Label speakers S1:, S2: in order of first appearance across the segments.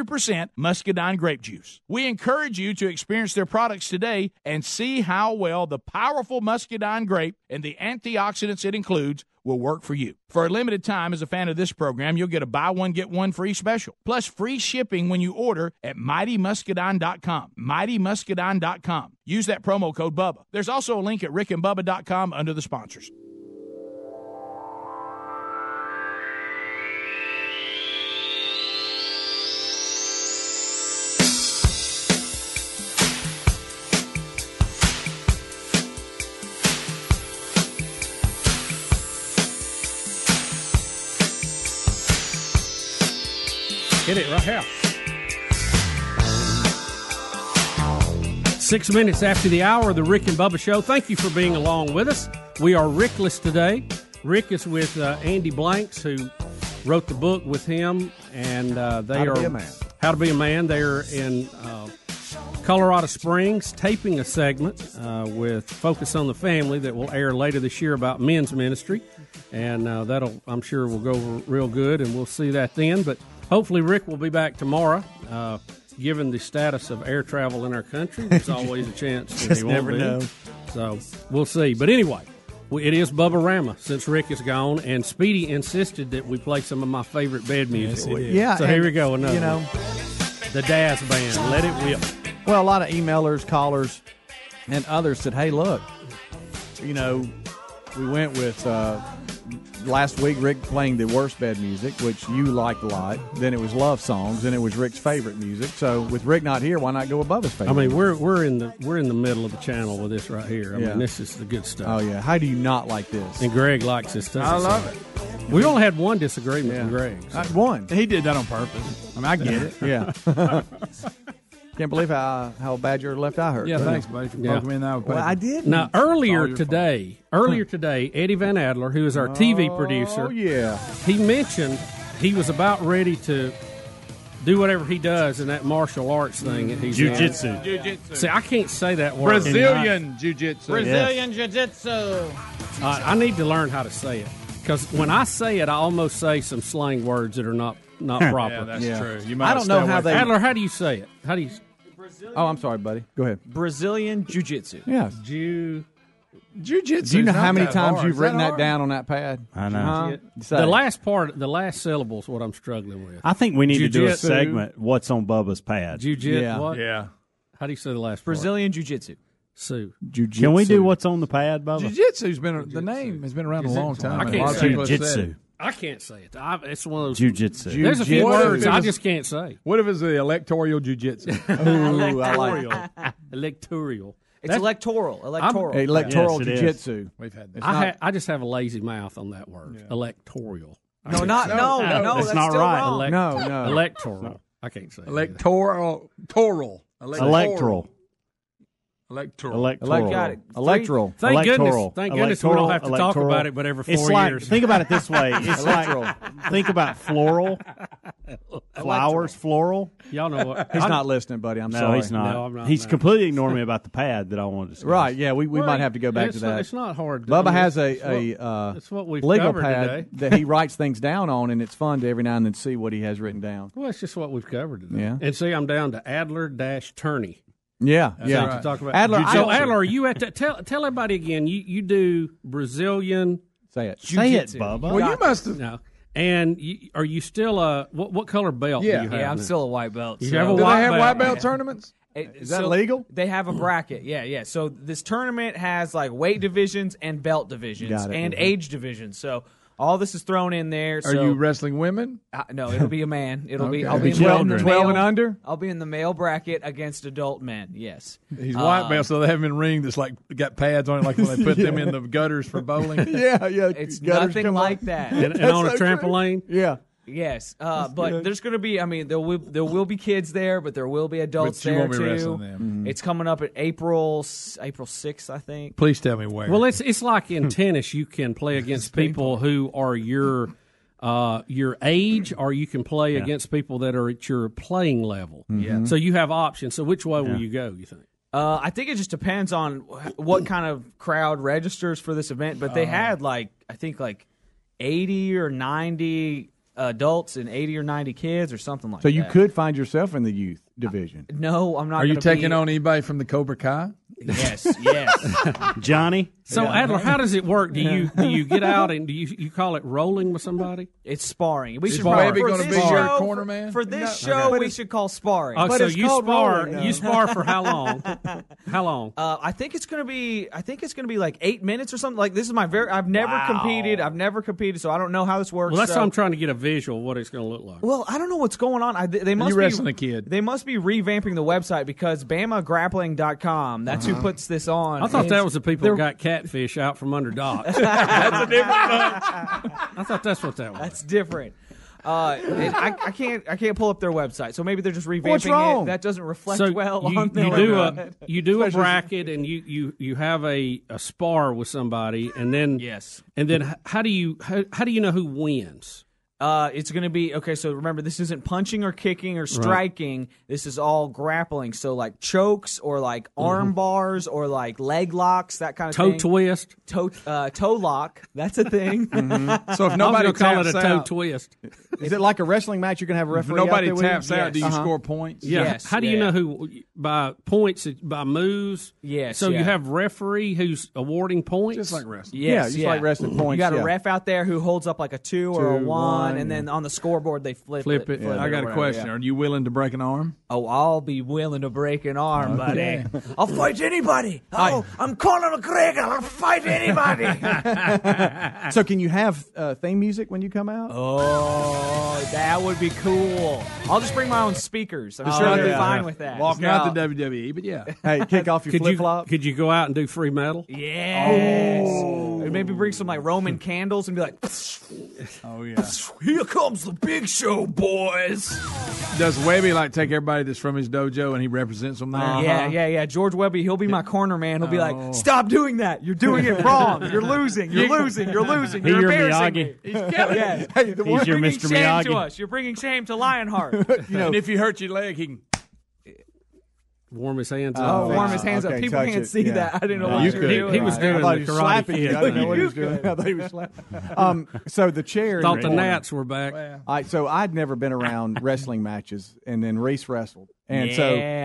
S1: 100% muscadine grape juice. We encourage you to experience their products today and see how well the powerful muscadine grape and the antioxidants it includes will work for you. For a limited time, as a fan of this program, you'll get a buy one, get one free special, plus free shipping when you order at mightymuscadine.com. Mightymuscadine.com. Use that promo code BUBBA. There's also a link at rickandbubba.com under the sponsors.
S2: Hit it right here. Six minutes after the hour of the Rick and Bubba Show. Thank you for being along with us. We are Rickless today. Rick is with uh, Andy Blanks, who wrote the book with him, and uh, they
S3: How to
S2: are
S3: Be a Man.
S2: How to Be a Man. They are in uh, Colorado Springs taping a segment uh, with Focus on the Family that will air later this year about men's ministry, and uh, that'll I'm sure will go over real good, and we'll see that then. But hopefully, Rick will be back tomorrow. Uh, given the status of air travel in our country, there's always a chance that
S3: Just
S2: he won't
S3: never
S2: be.
S3: know.
S2: So we'll see. But anyway, we- it is Bubba Rama since Rick is gone, and Speedy insisted that we play some of my favorite bed music.
S3: Yeah.
S2: So here
S3: and,
S2: we go. Another
S3: You know,
S2: one. the Daz Band, Let It Whip.
S3: well, a lot of emailers, callers, and others said, "Hey, look, you know, we went with uh, last week Rick playing the worst bed music, which you liked a lot. Then it was love songs, and it was Rick's favorite music. So with Rick not here, why not go above his favorite?
S2: I mean, we're we're in the we're in the middle of the channel with this right here. I
S3: Yeah.
S2: mean, this is the good stuff.
S3: oh yeah, how do you not like this?
S2: And Greg likes this stuff.
S4: I love it.
S2: it. We only had one disagreement
S3: Yeah.
S2: with Greg. so-
S3: Uh, one.
S4: He did that on purpose. I mean, I get it.
S3: Yeah. Can't believe how how bad your left eye hurt.
S4: Yeah, thanks, buddy, for
S2: Yeah.
S4: poking me in that.
S3: Well, I did.
S2: Now earlier
S4: your fault.
S2: today, earlier today, Eddie Van Adler, who is our TV producer,
S3: Oh yeah.
S2: he mentioned he was about ready to do whatever he does in that martial arts thing that he's in. See, I can't say that word.
S4: Brazilian jiu-jitsu.
S5: Brazilian Jiu-Jitsu.
S2: Uh, I need to learn how to say it because when I say it, I almost say some slang words that are not not proper.
S4: Yeah, that's
S3: Yeah.
S4: true. You
S3: I
S4: might
S3: don't know how they-
S2: Adler, how do you say it? How do you
S3: Oh, I'm sorry, buddy. Go ahead.
S5: Brazilian Jiu-Jitsu.
S3: Yeah.
S2: Jew?
S4: jiu-jitsu.
S3: Do you know how many times you've written that down on that pad?
S6: I know.
S3: Huh? Say
S2: The
S3: it.
S2: last part, the last syllable is what I'm struggling with.
S6: I think we need to do a
S2: Jiu-jitsu.
S6: segment. What's on Bubba's pad?
S2: Jiu jitsu.
S3: Yeah.
S2: What?
S4: Yeah.
S2: How do you say the last part?
S5: Brazilian Jiu-Jitsu.
S2: Sue.
S3: Jiu-jitsu.
S6: Can we do what's on the pad, Bubba?
S4: Jiu-jitsu's been the name has been around a long time.
S2: I
S4: and
S2: can't
S4: a lot of
S2: say
S4: people have said
S6: Jiu-jitsu.
S4: it.
S2: I can't say it. I, it's one of those.
S6: Jiu-jitsu.
S2: There's a few
S4: What if
S2: words
S4: it
S2: I
S4: was-
S2: just can't say.
S4: What if it's the electoral jiu-jitsu?
S3: Ooh, I like it.
S2: Electoral.
S5: It's electoral. Electoral.
S3: electoral
S6: Yes, it is.
S3: jiu-jitsu.
S4: We've had
S2: I, ha- I just have a lazy mouth on that word. Electoral. I
S5: no,
S2: can't
S5: not
S2: say it.
S5: no, no.
S6: that's
S5: that's
S6: not
S5: still
S6: right.
S5: Wrong.
S2: Elect-
S3: No, no.
S2: Electoral. I can't say it.
S4: electoral toral
S6: Electoral.
S4: electoral.
S6: Electoral.
S5: Got it. Three-
S3: Electoral.
S2: Thank
S6: Electoral.
S2: goodness. Thank goodness we
S6: Electoral,
S2: don't have to talk
S6: electoral.
S2: about it, but every four
S6: it's like,
S2: years.
S6: Think about it this way. It's like, think about floral, flowers, floral.
S2: Y'all know what?
S3: He's not listening, buddy. I'm
S6: No,
S3: sorry.
S6: he's not.
S2: No, I'm not,
S6: he's
S2: no.
S6: completely ignoring me about the pad that I want to discuss.
S3: Right, yeah, we, we might have to go back
S2: it's
S3: to
S2: not-
S3: that.
S2: it's not hard to- I
S3: Bubba
S2: mean,
S3: has a,
S2: it's
S3: a
S2: what-
S3: uh,
S2: it's what we've
S3: legal
S2: covered
S3: pad that he writes things down on, and it's fun to every now and then see what he has written down.
S2: Well, it's just what we've covered today.
S3: Yeah.
S2: And see, I'm down to Adler dash Turney.
S3: Yeah, yeah.
S2: To talk about
S3: Adler, I
S2: so
S3: don't-
S2: Adler, are you at that? Tell tell everybody again. You you do Brazilian.
S3: Say it.
S6: Say it, Bubba.
S4: Well, you must have.
S2: No. And you, are you still a what? What color belt?
S4: Yeah.
S2: do you have
S5: Yeah, I'm
S2: now?
S5: still a white belt.
S2: You
S5: so-
S2: have a
S4: Do they
S2: White
S4: have
S2: belt.
S4: white belt tournaments?
S5: Is
S3: that legal?
S5: They have a bracket. Yeah, yeah. So this tournament has like weight divisions and belt divisions
S3: Got it.
S5: and
S3: Mhm.
S5: age divisions. So all this is thrown in there.
S4: Are
S5: so
S4: you wrestling women?
S5: I- no, it'll be a man. It'll be
S4: Okay.
S5: I'll be,
S3: Be
S5: in the-
S3: 12
S5: in the
S3: and 12 and
S5: male-
S3: under?
S5: I'll be in the male bracket against adult men. Yes.
S2: Uh,
S5: Um,
S4: He's white belt, so they have him in ring that's like got pads on it, like when they put them in the gutters for bowling.
S3: Yeah, yeah.
S5: It's
S3: gutters
S5: nothing
S3: come out.
S5: like that.
S2: And, and on a
S3: That's so
S2: trampoline.
S3: Yeah.
S5: Yes, uh, but there's going to be. I mean, there will there will be kids there, but there will be adults
S4: But you
S5: there
S4: won't be
S5: too.
S4: wrestling them.
S5: It's coming up at April s- April sixth, I think.
S4: Please tell me where.
S2: Well, it's it's like in tennis. You can play against people who are your uh, your age, or you can play against people that are at your playing level. Yeah. So you have options. So which way will you go? You think?
S5: Uh, I think it just depends on wh- what kind of crowd
S2: Uh.
S5: registers for this event. But they had like I think like eighty or ninety adults and 80 or 90 kids or something like
S3: So
S5: that.
S3: you could find yourself in the youth division.
S5: No, I'm not.
S4: Are you
S5: gonna
S4: taking
S5: be-
S4: on anybody from the Cobra Kai?
S5: Yes, yes.
S6: Johnny.
S2: So Adler, how does it work? Do you do you get out and do you you call it rolling with somebody?
S5: It's sparring. We should
S4: sparring. Maybe
S5: probably for
S4: gonna
S5: this
S4: be your
S5: show-
S4: corner man?
S5: For this show, we should call sparring.
S2: Oh,
S3: But
S2: so
S3: it's
S2: you
S3: called
S2: spar
S3: rolling, though.
S2: you spar for how long? how long?
S5: Uh, I think it's gonna be. I think it's gonna be like eight minutes or something. Like this is my very. I've never competed. I've never competed, so I don't know how this works.
S2: well, that's
S5: so-
S2: what I'm trying to get a visual of what it's going to look like.
S5: Well, I don't know what's going on. I, they they must
S4: You
S5: be
S4: wrestling a kid.
S5: They must be revamping the website because BamaGrappling.com. That's who puts this on.
S2: I thought that was the people
S5: they're-
S2: that got catfish out from under docks.
S5: that's a different.
S2: I thought that's what that was.
S5: That's different. Uh, it- I, I can't. I can't pull up their website. So maybe they're just revamping
S3: What's wrong?
S5: it. That doesn't reflect
S2: so
S5: well
S2: you,
S5: on their
S2: you do
S5: website.
S2: a you do a bracket and you you you have a, a spar with somebody and then
S5: Yes.
S2: and then h- how do you how, how do you know who wins?
S5: Uh, it's going to be okay. So remember, this isn't punching or kicking or striking. This is all grappling. So like chokes or like arm bars or like leg locks, that kind of
S2: Mm-hmm. Toe
S5: thing.
S2: twist.
S5: toe, uh, toe lock. That's a thing.
S4: Mm-hmm. So if
S2: I
S4: nobody
S2: was gonna call
S4: taps
S2: it a toe
S4: out,
S2: twist.
S3: Is it like a wrestling match? You're gonna have a
S4: if
S3: referee.
S4: nobody
S3: out there
S4: taps
S3: with you?
S4: out, do you
S3: Uh-huh.
S4: score points?
S2: Yeah.
S5: Yes,
S2: How do you
S5: yeah.
S2: know who by points by moves?
S5: Yes,
S2: So
S5: yeah.
S2: you have referee who's awarding points.
S4: Just like wrestling.
S3: Yeah,
S5: Yes,
S3: just like
S2: Mm-hmm.
S3: wrestling points.
S5: You got
S3: yeah.
S5: a ref out there who holds up like a two, or a
S3: Two,
S5: one,
S3: one,
S5: and then on the scoreboard they flip,
S2: Flip it.
S4: I got a question. Are you willing to break an arm?
S5: Oh, I'll be willing to break an arm, buddy. I'll fight anybody. Oh, I'm Conor McGregor. I'll fight anybody.
S3: So can you have uh, theme music when you come out?
S5: Oh, that would be cool. I'll just bring my own speakers. I'm sure
S3: right
S5: I'd be
S3: there.
S5: fine with that.
S4: Walk out the WWE, but yeah.
S3: E. Hey, kick off your
S2: Could you
S3: flip flop.
S2: could you go out and do free metal?
S5: Yes. Oh. And Maybe bring some like Roman candles and be like,
S4: Oh yeah.
S5: "Here comes the big show, boys."
S4: Does Webby like take everybody that's from his dojo and he represents them there?
S5: Yeah, yeah, yeah. George Webby, he'll be my corner man. He'll be like, "Stop doing that. You're doing it wrong. You're losing. You're losing. You're losing. You're
S6: He's your
S5: embarrassing me."
S6: Miyagi.
S5: He's killing yeah.
S3: Hey, the
S6: He's your
S5: Bringing
S6: Mr.
S5: shame to
S6: Miyagi.
S5: us. You're bringing shame to Lionheart.
S3: you know,
S4: And if you hurt your leg, he can.
S2: Warm his hands
S5: I'll
S2: up.
S3: Oh,
S5: warm his hands up.
S3: Okay,
S5: People
S3: touch
S5: can't
S3: it,
S5: see
S3: yeah.
S5: that. I didn't know
S3: No,
S5: what
S3: you
S5: you were
S2: could-
S5: doing.
S2: he was
S5: I-
S2: doing
S3: I thought
S2: the
S3: he was
S2: Karate
S3: slapping
S2: Kid
S3: you. I didn't
S2: thing.
S3: know what he was doing. I thought he was slapping. Um, so the chair. in
S2: Thought
S3: the
S2: the
S3: corner.
S2: Nats were back.
S3: All right, so I'd never been around wrestling matches, and then Reese wrestled, and
S5: Yeah.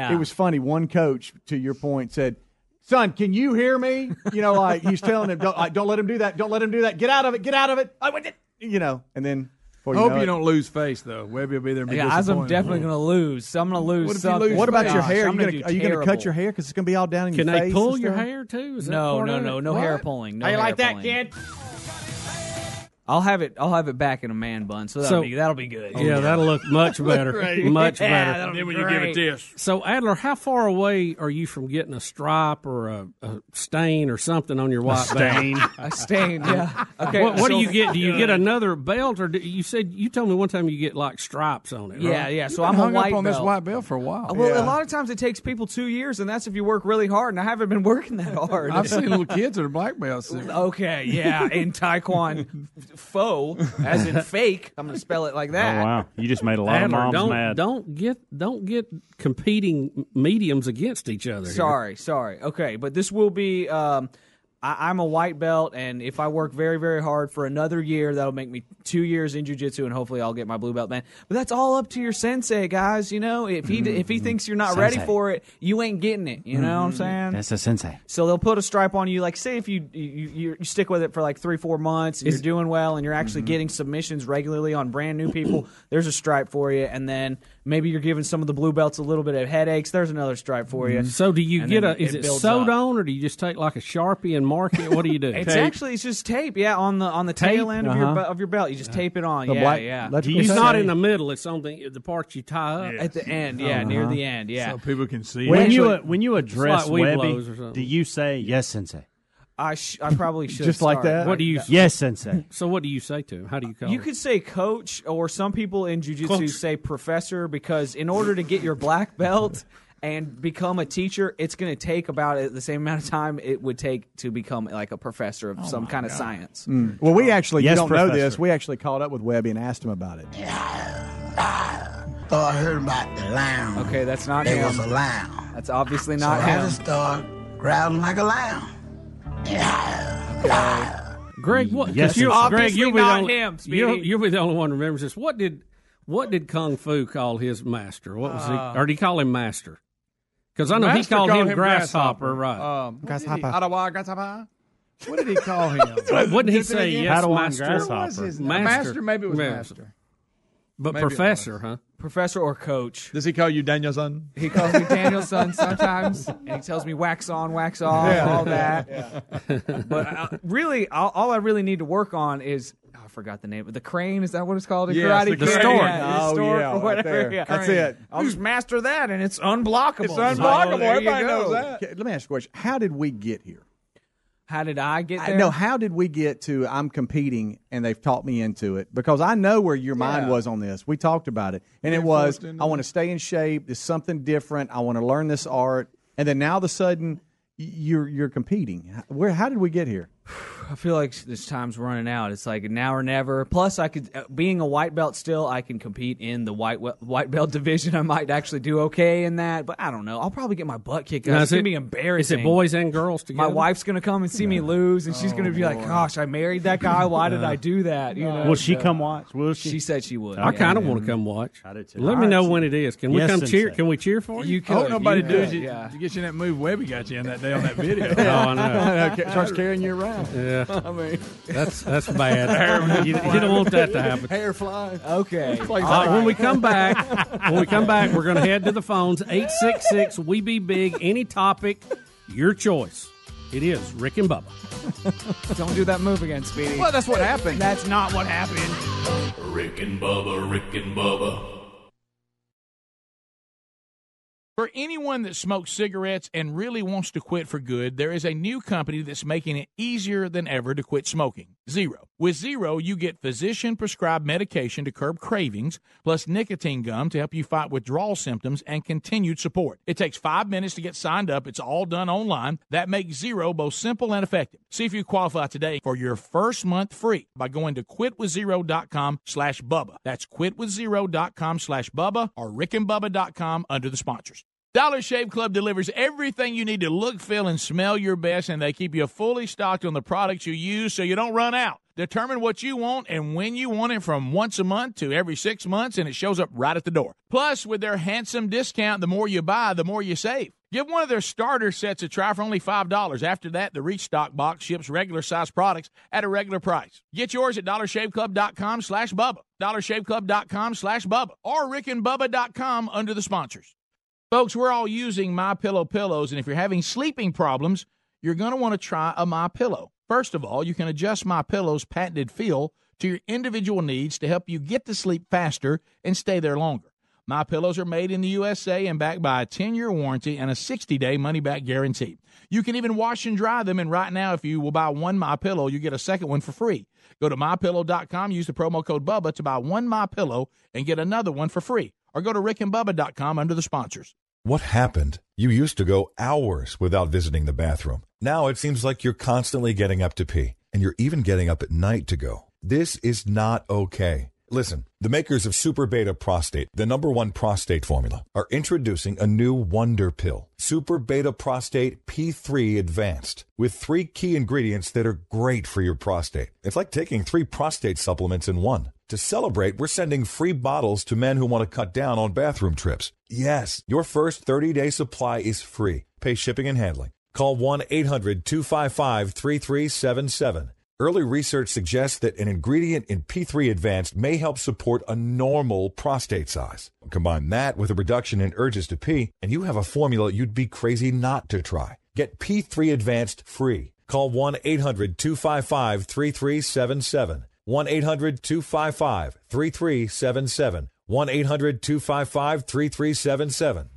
S3: so it was funny. One coach, to your point, said, "Son, can you hear me?" You know, like he's telling him, "Don't, like, don't let him do that. Don't let him do that. Get out of it. Get out of it." I went, you know, and then. before
S4: I hope
S3: know
S4: you
S3: it-
S4: don't lose face though. Webby will be there. And be
S5: Yeah, guys, I'm
S4: disappointed.
S5: definitely going to lose. So I'm going to lose
S4: What if you
S5: something.
S4: lose
S3: What about your
S4: Gosh,
S3: hair? Are
S5: I'm
S3: you
S5: gonna
S3: gonna,
S5: do
S3: are you gonna cut
S5: terrible.
S3: your hair because it's gonna be all down in
S2: Can
S3: your
S2: they
S3: face
S2: pull
S3: and
S2: your
S3: stuff?
S2: hair too? Is that
S5: No,
S2: part
S5: no,
S2: of it?
S5: no, no hair pulling. No
S2: How you
S5: hair
S2: like that,
S5: pulling. I'll have it. I'll have it back in a man bun. So that'll
S2: So-
S5: be that'll be good.
S2: Yeah, that'll look much better. Much
S5: Yeah,
S2: better.
S5: that'll be
S4: Then when you give
S5: great.
S4: it this,
S2: So Adler, how far away are you from getting a stripe or a, a stain or something on your white belt?
S6: Dane.
S5: a stain. Yeah. Okay.
S2: What, what do
S5: so-
S2: you get? Do you get another belt, or do, you said you told me one time you get like stripes on it?
S5: Yeah,
S2: right?
S5: yeah. So
S4: I'm
S5: I'm a
S4: hung
S5: white
S4: up on this
S5: belt.
S4: white belt for a while.
S5: Well, a lot of times it takes people two years, and that's if you work really hard. And I haven't been working that hard.
S4: I've seen little kids that are black belts. that-
S5: okay. Yeah. In Taekwondo, faux as in fake. I'm going to spell it like
S6: Oh,
S5: that.
S6: wow. You just made a lot of
S2: Adler,
S6: moms
S2: don't
S6: mad.
S2: don't get don't get competing mediums against each other. here.
S5: Sorry, sorry. Okay, but this will be. Um, I, I'm a white belt, and if I work very, very hard for another year, that'll make me two years in jujitsu, and hopefully I'll get my blue belt then. But that's all up to your sensei, guys. You know, if he if he thinks you're not ready
S7: Mm-hmm, Sensei. Mm-hmm.
S5: for it, you ain't getting it. You know
S2: Mm-hmm.
S5: what I'm saying?
S7: That's a sensei.
S5: So they'll put a stripe on you. Like, say if you you, you, you stick with it for like three, four months, and you're doing well, and you're actually
S2: Mm-hmm.
S5: getting submissions regularly on brand new people. there's a stripe for you, and then maybe you're giving some of the blue belts a little bit of headaches. There's another stripe for you.
S2: Mm-hmm. So do you
S5: And
S2: get
S5: then
S2: a? Is it,
S5: builds
S2: sewed
S5: up.
S2: on, or do you just take like a sharpie and mark it? What do you do?
S5: It's actually it's just tape, yeah, on the on the tail end of your be- of your belt. You just tape it on,
S3: The
S5: yeah,
S3: black-
S5: yeah.
S3: electrical
S2: It's
S3: tape?
S2: Uh-huh. not in the middle. It's on the the parts you tie up. Uh-huh.
S5: At the end, yeah, near the end, yeah.
S4: So people can see.
S6: When
S4: it.
S6: you uh, when you address
S2: like weed blows or
S6: Webby,
S2: something.
S6: do you say
S7: Yes, sensei.
S5: I sh- I probably should
S3: Just like
S5: start.
S3: that?
S2: What do you?
S7: Yes, sensei.
S2: So what do you say to him? How do you call?
S5: You
S2: him?
S5: could say coach, or some people in jujitsu
S2: Coach.
S5: say professor, because in order to get your black belt and become a teacher, it's going to take about the same amount of time it would take to become like a professor of some kind of science.
S3: Mm. Well, we actually you
S6: Yes,
S3: don't know this.
S6: Professor.
S3: We actually called up with Webby and asked him about it.
S8: So I heard about the lion.
S5: Okay, that's not
S8: There was a
S5: him.
S8: lion.
S5: That's obviously
S8: So
S5: not
S8: I
S5: him.
S8: just started growling like a lion.
S5: Okay.
S2: Greg, what? 'cause
S6: Yes,
S2: you,
S6: it's-
S2: Greg, you'll
S5: Obviously
S2: be
S5: not
S2: the only,
S5: him, Speedy.
S2: You'll, you'll be the only one who remembers this. What did what did Kung Fu call his master? What was
S5: Uh,
S2: he? Or did he call him master? Because I know
S4: Master
S2: he called,
S4: called
S2: him,
S4: him
S2: grasshopper,
S4: Grasshopper.
S5: Uh,
S2: right?
S4: Um, what did he-
S6: Grasshopper.
S4: Ottawa Grasshopper. What did he call him?
S2: Wouldn't he say yes,
S6: Padawan
S2: master?
S6: grasshopper.
S4: What's his name?
S2: Master.
S4: Master, maybe it was
S2: Yeah.
S4: Master.
S2: But
S4: Maybe it
S2: professor,
S4: was.
S2: huh?
S5: Professor or coach.
S4: Does he call you Danielson?
S5: He calls me Daniel's son sometimes, and he tells me wax on, wax off, all that. But I, really, all, all I really need to work on is oh, I forgot the name. The crane is that what it's called? A
S4: Yes,
S5: karate
S4: the
S5: crane.
S4: crane.
S5: Yeah, the
S3: Oh,
S5: stork
S3: yeah,
S5: or
S3: right
S5: whatever.
S3: there.
S5: yeah.
S3: That's
S5: Crane.
S3: it.
S5: I'll just master that, and it's unblockable.
S4: It's
S5: So
S4: unblockable.
S5: there you
S4: Everybody
S5: go.
S4: knows that.
S3: Okay, let me ask you a question. How did we get here?
S5: How did I get
S3: I-
S5: there?
S3: No, how did we get to I'm competing and they've taught me into it? Because I know where your mind
S4: Yeah.
S3: was on this. We talked about it. And it was
S4: forced into
S3: I want to stay in shape. It's something different. I want to learn this art. And then now all of a sudden y- you're you're competing. H- Where how did we get here?
S5: I feel like this time's running out. It's like now or never. Plus, I could uh, being a white belt still, I can compete in the white we- white belt division. I might actually do okay in that, but I don't know. I'll probably get my butt kicked.
S2: Now,
S5: out.
S2: is
S5: It's gonna
S2: it-
S5: be embarrassing.
S2: Is it boys and girls together?
S5: My wife's gonna come and see me lose, and she's
S6: Oh,
S5: gonna be like, "Gosh, I married that guy. Why did I do that?" You know.
S6: Will she
S5: so-
S6: come watch? Will she?
S5: She said she would.
S2: I
S5: yeah.
S2: kind of want to come watch.
S6: I do too.
S2: Let me know when it is. Can we
S6: Yes,
S2: come cheer?
S6: Sensei.
S2: Can we cheer for you?
S5: You
S4: I hope
S5: could,
S4: nobody
S5: you
S4: does
S5: could,
S4: you,
S5: yeah.
S4: to get you in that move Webby got you in that day on that video.
S2: Oh, I know.
S3: Starts carrying you around.
S2: Yeah, I mean that's that's bad. you, you don't want that to happen.
S3: Hair fly.
S5: Okay.
S2: All right, when we come back, when we come back, we're going to head to the phones. 866 We Be Big. Any topic, your choice. It is Rick and Bubba.
S5: Don't do that move again, Speedy.
S3: Well, that's what happened.
S5: That's not what happened.
S7: Rick and Bubba, Rick and Bubba.
S1: For anyone that smokes cigarettes and really wants to quit for good, there is a new company that's making it easier than ever to quit smoking. Zero. With Zero, you get physician prescribed medication to curb cravings, plus nicotine gum to help you fight withdrawal symptoms and continued support. It takes five minutes to get signed up. It's all done online. That makes Zero both simple and effective. See if you qualify today for your first month free by going to quitwithzero.com slash Bubba. That's quitwithzero.com slash Bubba or rickandbubba.com under the sponsors. Dollar Shave Club delivers everything you need to look, feel, and smell your best, and they keep you fully stocked on the products you use so you don't run out. Determine what you want and when you want it from once a month to every six months, and it shows up right at the door. Plus, with their handsome discount, the more you buy, the more you save. Give one of their starter sets a try for only $5. After that, the Restock box ships regular size products at a regular price. Get yours at dollarshaveclub.com slash Bubba, dollarshaveclub.com slash Bubba, or rickandbubba.com under the sponsors. Folks, we're all using My Pillow pillows, and if you're having sleeping problems, you're going to want to try a My Pillow. First of all, you can adjust My Pillow's patented feel to your individual needs to help you get to sleep faster and stay there longer. My pillows are made in the USA and backed by a 10-year warranty and a 60-day money-back guarantee. You can even wash and dry them, and right now, if you will buy one My Pillow, you get a second one for free. Go to mypillow.com, use the promo code Bubba to buy one My Pillow and get another one for free, or go to rickandbubba.com under the sponsors.
S9: What happened? You used to go hours without visiting the bathroom. Now it seems like you're constantly getting up to pee, and you're even getting up at night to go. This is not okay. Listen, the makers of Super Beta Prostate, the number one prostate formula, are introducing a new wonder pill, Super Beta Prostate P3 Advanced, with three key ingredients that are great for your prostate. It's like taking three prostate supplements in one. To celebrate, we're sending free bottles to men who want to cut down on bathroom trips. Yes, your first 30 day supply is free. Pay shipping and handling. Call 1 800 255 3377. Early research suggests that an ingredient in P3 Advanced may help support a normal prostate size. Combine that with a reduction in urges to pee, and you have a formula you'd be crazy not to try. Get P3 Advanced free. Call 1 800 255 3377. 1 800 255 3377. 1 800 255 3377.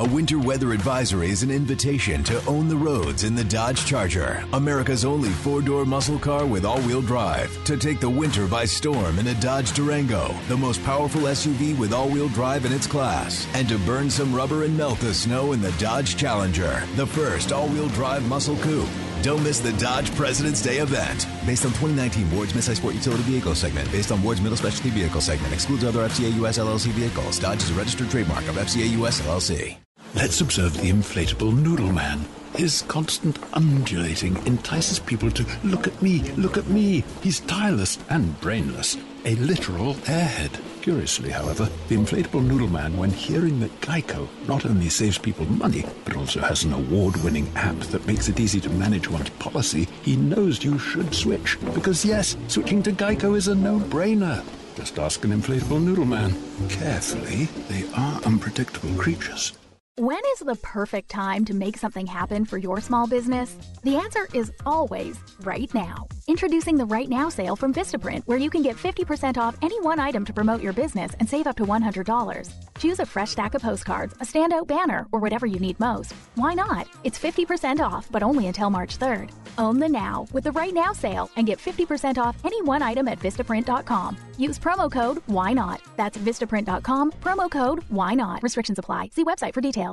S7: A winter weather advisory is an invitation to own the roads in the Dodge Charger, America's only four door muscle car with all wheel drive. To take the winter by storm in a Dodge Durango, the most powerful SUV with all wheel drive in its class. And to burn some rubber and melt the snow in the Dodge Challenger, the first all wheel drive muscle coupe. Don't miss the Dodge President's Day event. Based on 2019 Ward's Midsize Sport Utility Vehicle segment, based on Ward's Middle Specialty Vehicle segment, excludes other FCA US LLC vehicles. Dodge is a registered trademark of FCA US LLC.
S10: Let's observe the inflatable noodle man. His constant undulating entices people to look at me, look at me. He's tireless and brainless, a literal airhead. Curiously, however, the inflatable noodle man, when hearing that Geico not only saves people money, but also has an award winning app that makes it easy to manage one's policy, he knows you should switch. Because, yes, switching to Geico is a no brainer. Just ask an inflatable noodle man. Carefully, they are unpredictable creatures.
S11: When is the perfect time to make something happen for your small business? The answer is always right now. Introducing the Right Now sale from Vistaprint, where you can get 50% off any one item to promote your business and save up to $100. Choose a fresh stack of postcards, a standout banner, or whatever you need most. Why not? It's 50% off, but only until March 3rd. Own the now with the Right Now sale and get 50% off any one item at Vistaprint.com. Use promo code Why Not. That's Vistaprint.com, promo code Why Not. Restrictions apply. See website for details.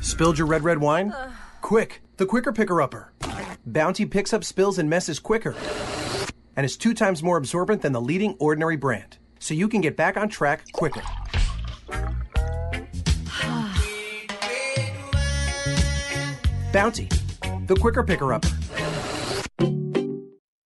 S12: Spilled your red, red wine? Quick, the quicker picker upper. Bounty picks up spills and messes quicker and is two times more absorbent than the leading ordinary brand, so you can get back on track quicker. Bounty, the quicker picker upper.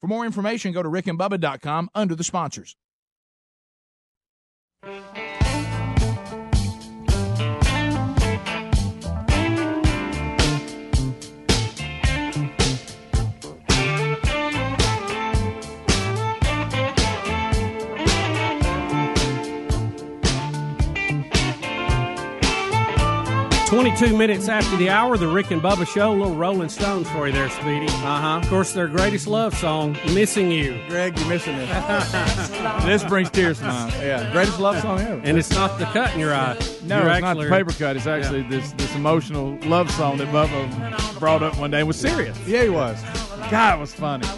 S1: For more information, go to rickandbubba.com under the sponsors.
S2: Twenty-two minutes after the hour, the Rick and Bubba Show. Little Rolling Stones for you there, Speedy. Uh huh. Of course, their greatest love song, "Missing You."
S3: Greg, you're missing this.
S4: This brings tears to mine.
S3: Yeah, greatest love song ever.
S2: And it's not the cut in your eye.
S4: No,
S2: You're
S4: it's not the
S2: actually-
S4: paper cut. It's actually this this emotional love song that Bubba brought up one day. It was serious.
S3: Yeah, he was.
S4: God, it was funny.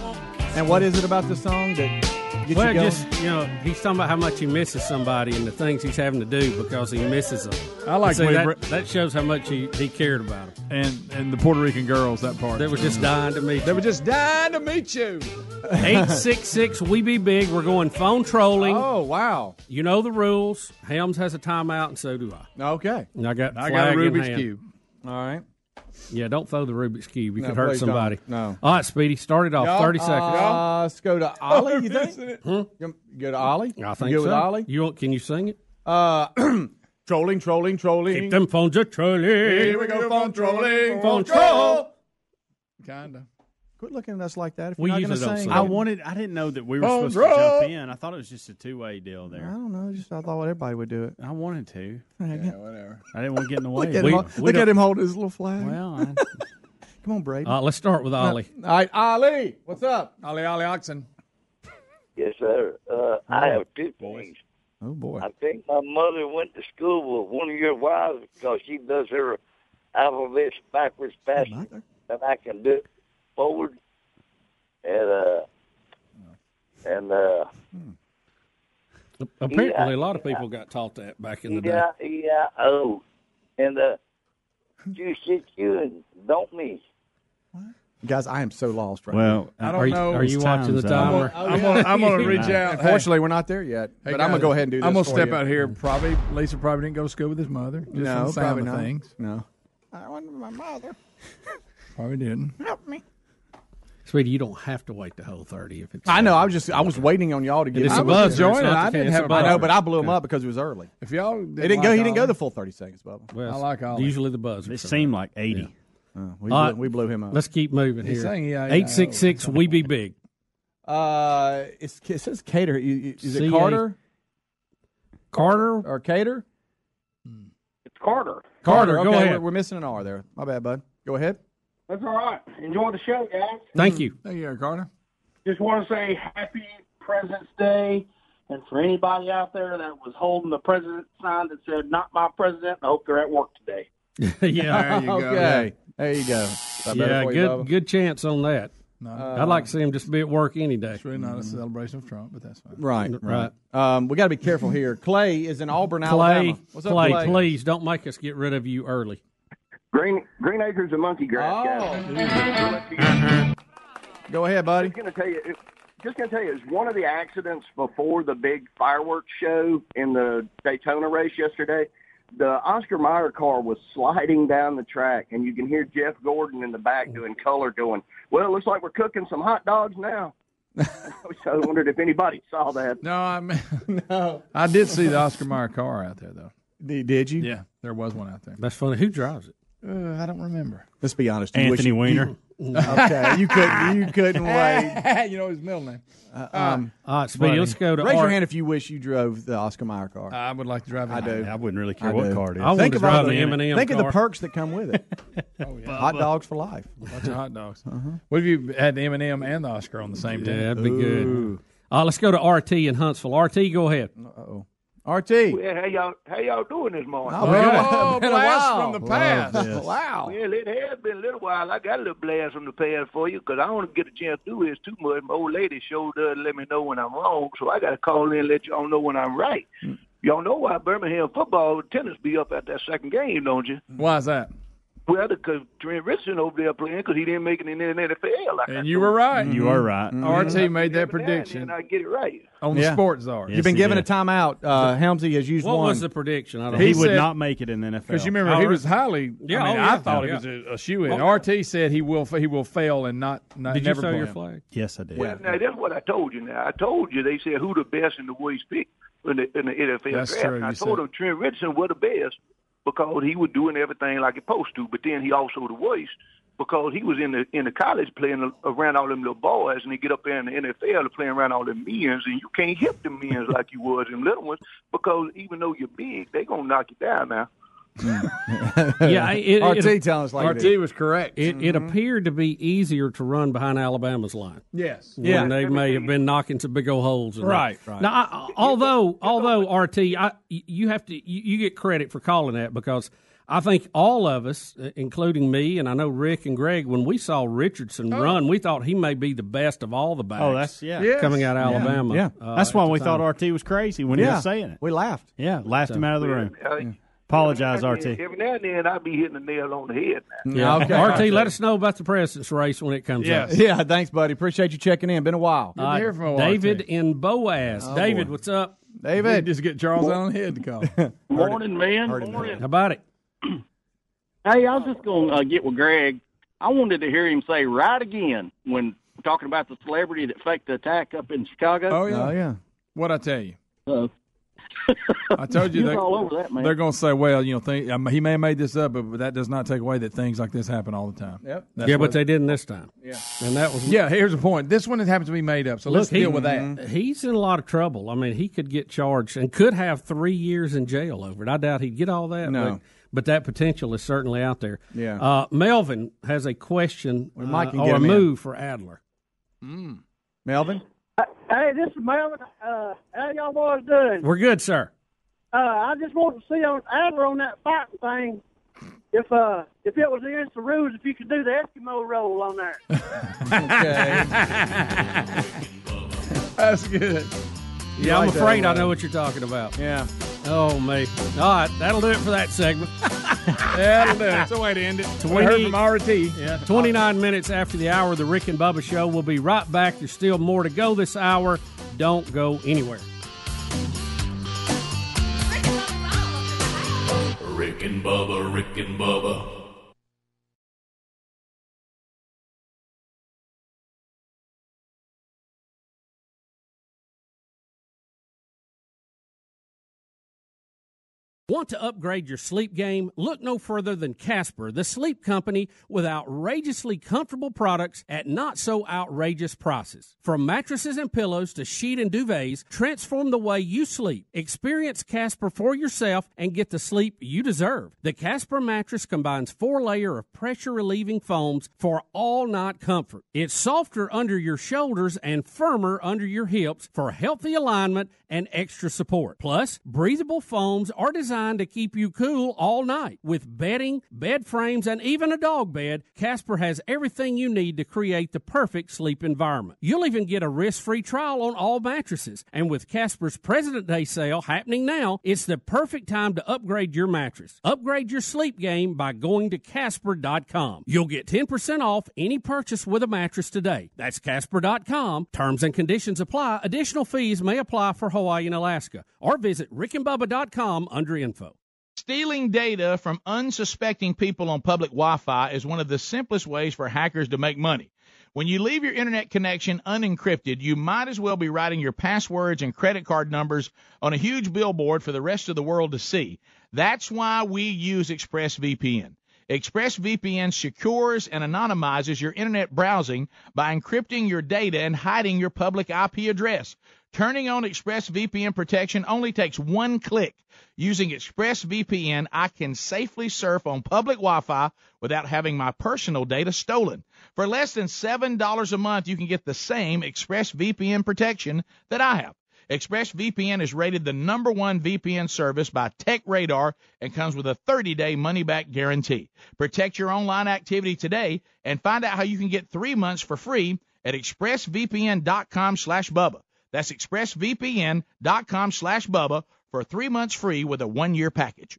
S3: And what is it about this song that gets
S2: well,
S3: you going?
S2: just you know, he's talking about how much he misses somebody and the things he's having to do because he misses them.
S4: I like
S2: See,
S4: when
S2: that,
S4: Br-
S2: that shows how much he, he cared about them.
S4: And and the Puerto Rican girls, that part.
S2: They were just dying to meet.
S4: Mm-hmm. They were just dying to meet you.
S2: Eight six six, we be big. We're going phone trolling.
S3: Oh wow!
S2: You know the rules. Helms has a timeout, and so do I.
S3: Okay.
S2: And I got
S4: I got
S2: flag
S4: a
S2: in
S4: Rubik's
S2: hand.
S4: Cube.
S3: All right.
S2: Yeah, don't throw the Rubik's cube. You
S3: No,
S2: could hurt
S3: please don't.
S2: somebody.
S3: No.
S2: All right, Speedy, start it off. Thirty seconds.
S3: Uh, let's go to Ollie. You think? You Go to Ollie.
S2: I think
S3: you go
S2: so.
S3: with Ollie.
S2: You want, can you sing it?
S3: Uh, trolling, trolling,
S2: Keep
S3: trolling.
S2: them phones a trolling.
S4: Here we go, phone trolling, phone
S2: Phone
S4: troll.
S2: troll.
S4: Kinda.
S3: Quit looking at us like that. If
S2: We
S3: you're not
S2: usually
S3: going to
S2: don't
S3: sing,
S2: sing.
S3: I,
S6: I
S3: w-
S6: wanted. I didn't know that we were
S4: Phone
S6: supposed
S4: roll.
S6: to jump in. I thought it was just a two-way deal
S3: I
S6: there.
S3: don't know. Just I thought everybody would do it.
S6: I wanted to.
S4: Whatever.
S6: I didn't want to get in the
S3: Look
S6: way.
S3: at
S2: We-
S3: him.
S2: we
S3: look
S2: don't-
S3: at him holding his little flag.
S6: well, I,
S3: Come on, Brady.
S2: All right, Uh, let's start with Ollie.
S3: All right, Ollie. What's up?
S4: Ollie Ollie Oxen.
S13: Yes, sir. Uh, I have two things.
S3: Oh boy.
S13: I think my mother went to school with one of your wives because she does her alphabet backwards faster than I can do it forward. And uh,
S3: Oh.
S13: and uh,
S2: Apparently, a lot of people got taught that back in the day.
S13: yeah, yeah, oh, and uh, you sit you and don't me.
S3: Guys, I am so lost right now.
S6: well,
S4: I don't
S2: Are you,
S4: know.
S2: are you
S6: His
S2: watching the
S6: time's
S2: timer?
S6: up.
S4: I'm gonna I'm gonna reach out. Hey,
S3: Unfortunately, we're not there yet.
S4: Hey,
S3: but I'm gonna
S4: guys,
S3: go ahead and do this.
S4: I'm gonna
S3: for
S4: step
S3: you.
S4: out here. Probably Lisa probably didn't go to school with his mother. Just from
S3: No,
S4: the sound
S3: probably
S4: of
S3: not.
S4: Things
S3: No. I wonder my mother.
S4: probably didn't.
S2: Sweetie, you don't have to wait the whole 30 if it's.
S3: I know. I was just I was waiting on y'all to
S2: It
S3: get.
S2: is a
S4: was
S2: buzzer.
S4: enjoying
S2: It's not
S4: it.
S2: the
S4: I
S2: can,
S4: didn't
S2: it's
S4: have
S2: a
S4: a
S3: I
S2: buzzer.
S3: know, but I blew him up because it was early.
S4: If y'all didn't
S3: It didn't go.
S4: like
S3: He didn't
S4: Ollie-
S3: go the full thirty seconds, Bubba.
S2: Well,
S4: I like Ollie.
S2: Usually the buzzer.
S6: it seemed like eighty.
S3: Uh, we,
S2: All right.
S3: blew, we blew him up.
S2: Let's keep moving
S4: He's
S2: here.
S4: saying, yeah, yeah,
S2: Eight six six. We be big.
S3: Uh, it's, it says Cater. You- you- Is
S2: C A-
S3: it Carter
S2: Carter.
S3: or Cater?
S14: It's Carter.
S2: Carter, go
S3: okay,
S2: ahead.
S3: We're, we're missing an R there. My bad, bud. Go ahead.
S14: That's all right. Enjoy the show, guys.
S2: Thank you.
S4: Thank you, Eric Carter.
S14: Just want to say happy President's Day. And for anybody out there that was holding the president sign that said, not my president, I hope they're at work today.
S2: yeah,
S3: there you go. Okay. There you go. Is that better
S2: yeah,
S3: for you,
S2: good
S3: Bubba?
S2: good chance on that.
S3: Uh,
S2: I'd like to see him just be at work any day.
S4: It's really not a celebration of Trump, but that's fine.
S3: Right,
S2: Right.
S3: right. Um, we got to be careful here. Clay is in Auburn,
S2: Clay,
S3: Alabama. What's up,
S2: Clay,
S3: Clay?
S2: please don't make us get rid of you early.
S14: Green Green Acres and Monkey Grass,
S3: Oh.
S14: guys.
S3: Go ahead, buddy.
S14: Just gonna tell you, it- just gonna tell you, it's one of the accidents before the big fireworks show in the Daytona race yesterday. The Oscar Mayer car was sliding down the track, and you can hear Jeff Gordon in the back doing color, going, "Well, it looks like we're cooking some hot dogs now." so I wondered if anybody saw that.
S4: No, I mean,
S3: no.
S4: I did see the Oscar Mayer car out there though.
S3: Did, did you?
S4: Yeah, there was one out there.
S2: That's funny. Who drives it?
S4: Uh, I don't remember.
S3: Let's be honest.
S4: Anthony
S3: Weiner. okay, you couldn't. You couldn't wait.
S4: you know his middle name.
S3: Uh,
S4: Ah.
S3: um,
S2: All right, Speedy, let's go to
S3: Raise your
S2: Art.
S3: hand if you wish you drove the Oscar Mayer car.
S4: I would like to drive.
S3: I do.
S6: I wouldn't really care
S3: I
S6: what
S3: do.
S6: car it is.
S3: I think
S6: Think
S3: of
S6: about
S3: all
S6: the
S3: the
S6: M&M
S3: Think of the
S6: car.
S3: perks that come with it. Hot dogs for life. Uh-huh.
S4: Bunch of hot dogs. What if you had the Eminem and the Oscar on the same day?
S2: Yeah, that'd be good. Uh, let's go to RT in Huntsville. RT, go ahead.
S3: Uh-oh. RT.
S14: Well, how y'all how y'all doing this morning?
S2: Oh,
S4: Oh, blast from the past.
S3: Wow.
S14: Well, it has been a little while. I got a little blast from the past for you because I don't get a chance to do this too much. My old lady showed up and let me know when I'm wrong, so I got to call in and let y'all know when I'm right. Y'all know why Birmingham football tennis be up at that second game, don't you?
S4: Why is that?
S14: Well, because Trent Richardson over there playing because he didn't make it in the NFL. Like
S4: And you were right.
S2: Mm-hmm.
S6: You are right.
S4: RT Mm-hmm. made that
S14: And
S4: prediction
S14: I get it right.
S4: on the
S3: Yeah.
S4: sports czar.
S3: You've been given a timeout. Uh, Helmsy has used
S2: What
S3: one.
S2: was the prediction? I don't
S6: He
S2: know. Oh,
S6: would
S4: said-
S6: not make it in the NFL.
S4: Because you remember he was highly.
S2: Yeah,
S4: I mean,
S2: oh, yeah.
S4: I thought
S2: Yeah.
S4: he was a, a shoe in.
S2: Oh.
S4: RT said he will he will fail and not, not
S2: Did you
S4: never
S2: throw
S4: play
S2: your
S4: him.
S2: flag?
S6: Yes, I did.
S14: Well, now that's what I told you. Now I told you they said who the best and the worst pick in the, in the NFL
S4: That's
S14: draft.
S4: true,
S14: And I
S4: you
S14: told
S4: said-
S14: them Trent Richardson was the best because he was doing everything like he supposed to, but then he also the worst because he was in the in the college playing around all them little boys, and he get up there in the NFL playing around all them men's, and you can't hit the men's like you was them little ones because even though you're big, they gonna knock you down now.
S2: yeah, it,
S3: RT
S2: it,
S3: telling us like
S4: RT
S3: this.
S4: was correct. Mm-hmm.
S2: it, it appeared to be easier to run behind Alabama's line.
S4: yes.
S2: Yeah, they may have been knocking some big old holes. In
S4: Right,
S2: there.
S4: right.
S2: Now, I- I, although although RT, I, you have to you, you get credit for calling that because I think all of us, uh, including me, and I know Rick and Greg, when we saw Richardson
S3: Oh.
S2: run, we thought he may be the best of all the backs.
S6: Oh, that's yeah.
S4: Yes.
S2: coming out of Alabama.
S3: yeah.
S2: uh,
S6: that's why
S2: at the
S6: we
S2: time.
S6: thought RT was crazy when he
S3: Yeah.
S6: was saying it.
S3: We laughed.
S6: Yeah, laughed him out of the room.
S14: Uh,
S6: Apologize,
S14: every now and then-
S6: RT.
S14: Every now and then I be hitting the nail on the head. Now.
S2: Yeah.
S3: Okay.
S2: RT, let us know about the president's race when it comes
S4: Yes.
S2: out.
S3: Yeah, thanks, buddy. Appreciate you checking in. Been a while. Oh,
S4: Good to hear from a RT.
S2: David in Boaz. David, what's up?
S4: Hey,
S3: David.
S4: just get Charles Allen Head to call.
S14: Morning, man. Morning.
S2: How about it?
S14: Hey, I was just going to uh, get with Greg. I wanted to hear him say right again when talking about the celebrity that faked the attack up in Chicago.
S4: Oh yeah.
S3: Oh, yeah.
S4: What I tell you?
S14: Oh.
S4: I told you
S14: You're
S4: they,
S14: all over that, man.
S4: they're going to say, well, you know, think, um, he may have made this up, but, but that does not take away that things like this happen all the time.
S3: Yep.
S4: That's
S2: yeah,
S4: what-
S2: but they didn't this time. Yeah, and that was
S4: yeah. Here's the point. This one happens to be made up, so let's
S2: he- Mm-hmm.
S4: deal with that.
S2: He's in a lot of trouble. I mean, he could get charged and could have three years in jail over it. I doubt he'd get all that.
S3: No.
S2: But, but that potential is certainly out there.
S3: Yeah.
S2: Uh, Melvin has a question we
S3: might can
S2: or
S3: get
S2: Oh, a
S3: him in.
S2: move for Adler.
S3: Melvin.
S15: Hey, this is Melvin. Uh, how y'all boys doing?
S2: We're good, sir.
S15: Uh, I just wanted to see on Adler on that fighting thing. If uh, if it was against the rules, if you could do the Eskimo roll on there.
S4: That's good.
S2: Yeah, I'm
S3: like that
S2: afraid I
S3: one.
S2: know what you're talking about.
S3: Yeah.
S2: Oh, me. All right, that'll do it for that segment.
S4: That'll do it. That's a way to end it. We heard from RT. Yeah.
S2: 29 minutes after the hour, the Rick and Bubba Show will be right back. There's still more to go this hour. Don't go anywhere.
S16: Rick and Bubba, Rick and Bubba.
S2: Want to upgrade your sleep game? Look no further than Casper, the sleep company with outrageously comfortable products at not so outrageous prices. From mattresses and pillows to sheet and duvets, transform the way you sleep. Experience Casper for yourself and get the sleep you deserve. The Casper mattress combines four layer of pressure relieving foams for all night comfort. It's softer under your shoulders and firmer under your hips for healthy alignment and extra support. Plus, breathable foams are designed to keep you cool all night. With bedding, bed frames, and even a dog bed, Casper has everything you need to create the perfect sleep environment. You'll even get a risk free trial on all mattresses. And with Casper's President Day sale happening now, it's the perfect time to upgrade your mattress. Upgrade your sleep game by going to Casper.com. You'll get 10% off any purchase with a mattress today. That's Casper.com. Terms and conditions apply. Additional fees may apply for Hawaii and Alaska. Or visit rickandbubba.com under info.
S1: Stealing data from unsuspecting people on public Wi Fi is one of the simplest ways for hackers to make money. When you leave your internet connection unencrypted, you might as well be writing your passwords and credit card numbers on a huge billboard for the rest of the world to see. That's why we use ExpressVPN. ExpressVPN secures and anonymizes your internet browsing by encrypting your data and hiding your public IP address. Turning on ExpressVPN protection only takes one click. Using ExpressVPN, I can safely surf on public Wi Fi without having my personal data stolen. For less than $7 a month, you can get the same ExpressVPN protection that I have. ExpressVPN is rated the number one VPN service by TechRadar and comes with a 30-day money-back guarantee. Protect your online activity today and find out how you can get three months for free at expressvpn.com slash Bubba. That's expressvpn.com slash Bubba for three months free with a one-year package.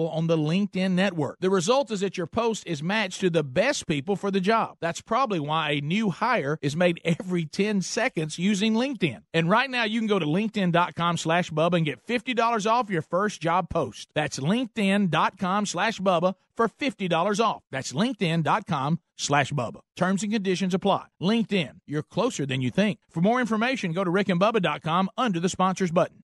S1: on the LinkedIn network. The result is that your post is matched to the best people for the job. That's probably why a new hire is made every 10 seconds using LinkedIn. And right now you can go to linkedin.com slash Bubba and get $50 off your first job post. That's linkedin.com slash Bubba for $50 off. That's linkedin.com slash Bubba. Terms and conditions apply. LinkedIn, you're closer than you think. For more information, go to rickandbubba.com under the sponsors button.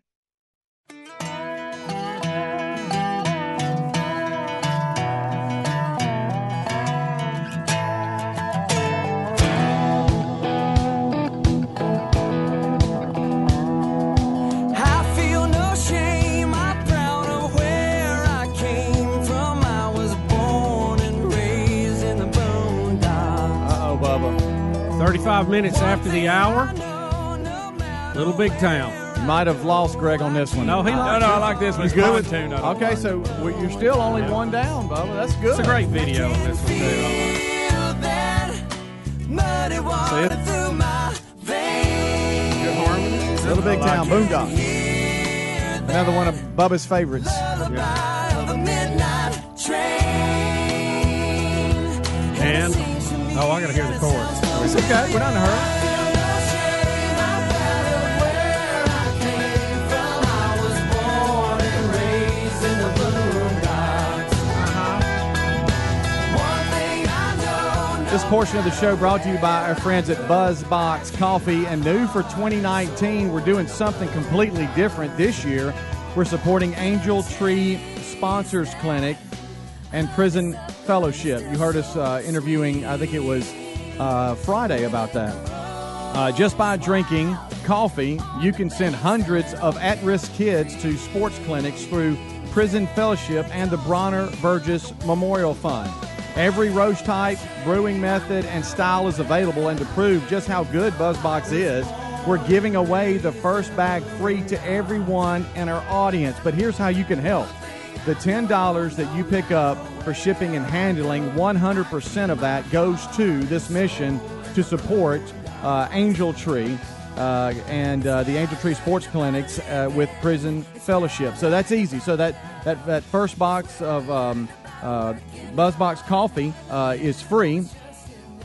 S17: I feel no shame. I'm proud of where I came from. I was born and raised in the boondocks.
S2: Uh oh, Bubba. 35 minutes after the hour. Little Big Town.
S3: Might have lost Greg on this one.
S2: No, he likes it. You
S3: You good with Okay, so we- you're still only one down, Bubba. That's
S2: It's
S3: good.
S2: a great video. This one too.
S17: Muddy water through my veins.
S3: Little Big Town,
S17: Boondocks.
S3: Boondocks. Another one of Bubba's favorites.
S2: And oh, I gotta hear the chorus.
S3: It's okay. We're not in a hurry. This portion of the show brought to you by our friends at Buzzbox Coffee. And new for 2019, we're doing something completely different this year. We're supporting Angel Tree Sponsors Clinic and Prison Fellowship. You heard us uh, interviewing, I think it was uh, Friday, about that. Uh, just by drinking coffee, you can send hundreds of at risk kids to sports clinics through Prison Fellowship and the Bronner Burgess Memorial Fund. Every roast type, brewing method, and style is available, and to prove just how good Buzzbox is, we're giving away the first bag free to everyone in our audience. But here's how you can help. The $10 that you pick up for shipping and handling, 100% of that goes to this mission to support uh, Angel Tree uh, and uh, the Angel Tree Sports Clinics uh, with Prison Fellowship. So that's easy. So that, that, that first box of um, uh, Buzzbox coffee uh, is free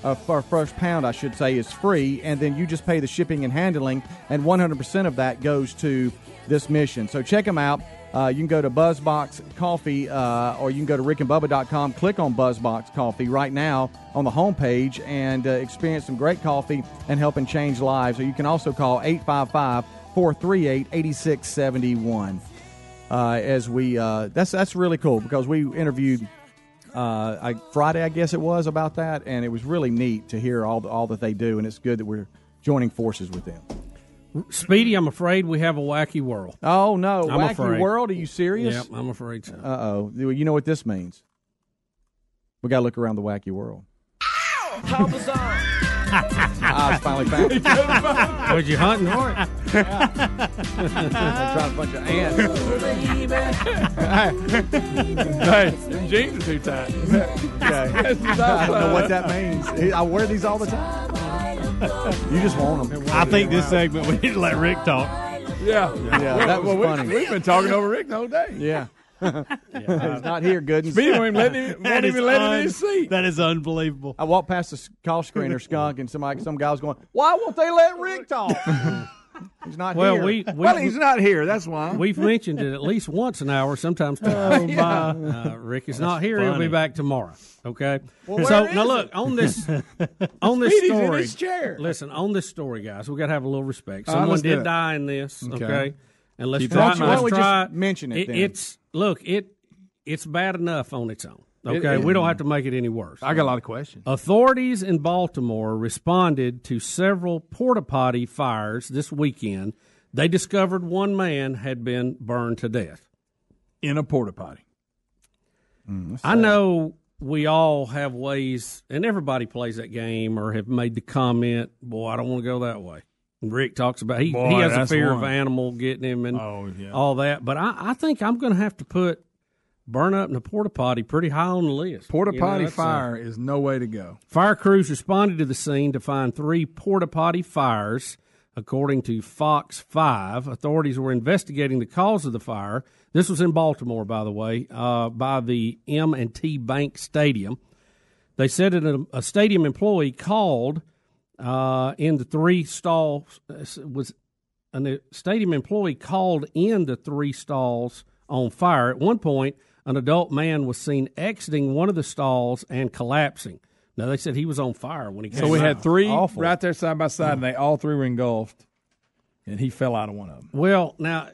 S3: uh, for first pound, I should say, is free, and then you just pay the shipping and handling, and 100% of that goes to this mission. So check them out. Uh, you can go to Buzzbox Coffee, uh, or you can go to rickandbubba.com, click on Buzzbox Coffee right now on the homepage, and uh, experience some great coffee and helping change lives. Or you can also call 855 438 8671. As we, uh, that's, that's really cool because we interviewed uh, I, Friday, I guess it was about that, and it was really neat to hear all the, all that they do, and it's good that we're joining forces with them.
S2: Speedy, I'm afraid we have a wacky world.
S3: Oh no,
S2: I'm
S3: wacky
S2: afraid.
S3: world! Are you serious?
S2: Yep, I'm afraid so.
S3: Uh oh, you know what this means? We got to look around the wacky world. I was finally found. it.
S2: Would you hunt for it?
S3: I'm trying a bunch of
S4: hey, your jeans are too tight.
S3: okay. I don't know what that means. I wear these all the time. You just want them.
S6: I think this segment we need to let Rick talk.
S4: Yeah,
S3: Yeah, that was funny.
S4: We, have been talking over Rick the whole day.
S3: Yeah. He's not here, Gooden.
S4: Speedy won't even let him- won't even let him in his seat.
S6: That is unbelievable.
S3: I walked past the s- call screener skunk, and somebody, some guy was going, "Why won't they let Rick talk?" he's not
S2: Well,
S3: here.
S2: we, we
S4: not here. That's why.
S2: We've mentioned it at least once an hour, sometimes two.
S6: Oh, my.
S2: Uh, Rick is not
S6: That's
S2: here. He'll be
S6: funny.
S2: back tomorrow. Okay.
S6: Well,
S2: so
S6: where
S2: now
S6: is
S2: look
S6: it?
S2: on this on this
S6: Speedy's in
S2: story.
S6: his chair.
S2: Listen on this story, guys. We got to have a little respect.
S6: All right,
S2: Someone
S6: Uh, let's do
S2: did
S6: it.
S2: die in this.
S6: Okay.
S2: Okay. And let's
S6: Keep
S2: try.
S6: it in mind. Why don't we
S2: let's
S6: just
S2: try-
S6: mention it then?
S2: It's look it it's bad enough on its own.
S4: It-
S2: Okay,
S4: it-
S2: we don't have to make it any worse.
S4: I got a lot of questions.
S2: Authorities in Baltimore responded to several porta potty fires this weekend. They discovered one man had been burned to death
S4: in a porta potty.
S3: Mm,
S2: I know we all have ways, and everybody plays that game or have made the comment, "Boy, I don't want to go that way." And Rick talks about he,
S4: Boy,
S2: he has a
S4: that's
S2: fear of
S4: one.
S2: animal getting him and
S4: Oh, yeah.
S2: all that. But I, I think I'm going to have to put burn up in a porta potty pretty high on the list.
S4: Porta
S2: You know,
S4: potty
S2: that's a-
S4: fire is no way to go.
S2: Fire crews responded to the scene to find three porta potty fires According to Fox 5, authorities were investigating the cause of the fire. This was in Baltimore, by the way, uh, by the M&T Bank Stadium. They said that a, a stadium employee called uh, in the three stall was a stadium employee called in the three stalls on fire. At one point, an adult man was seen exiting one of the stalls and collapsing. Now they said he was on fire when he came.
S4: So we
S2: out.
S4: had three
S2: Awful.
S4: right there side by side, and they all three were engulfed, and he fell out of one of them.
S2: Well, now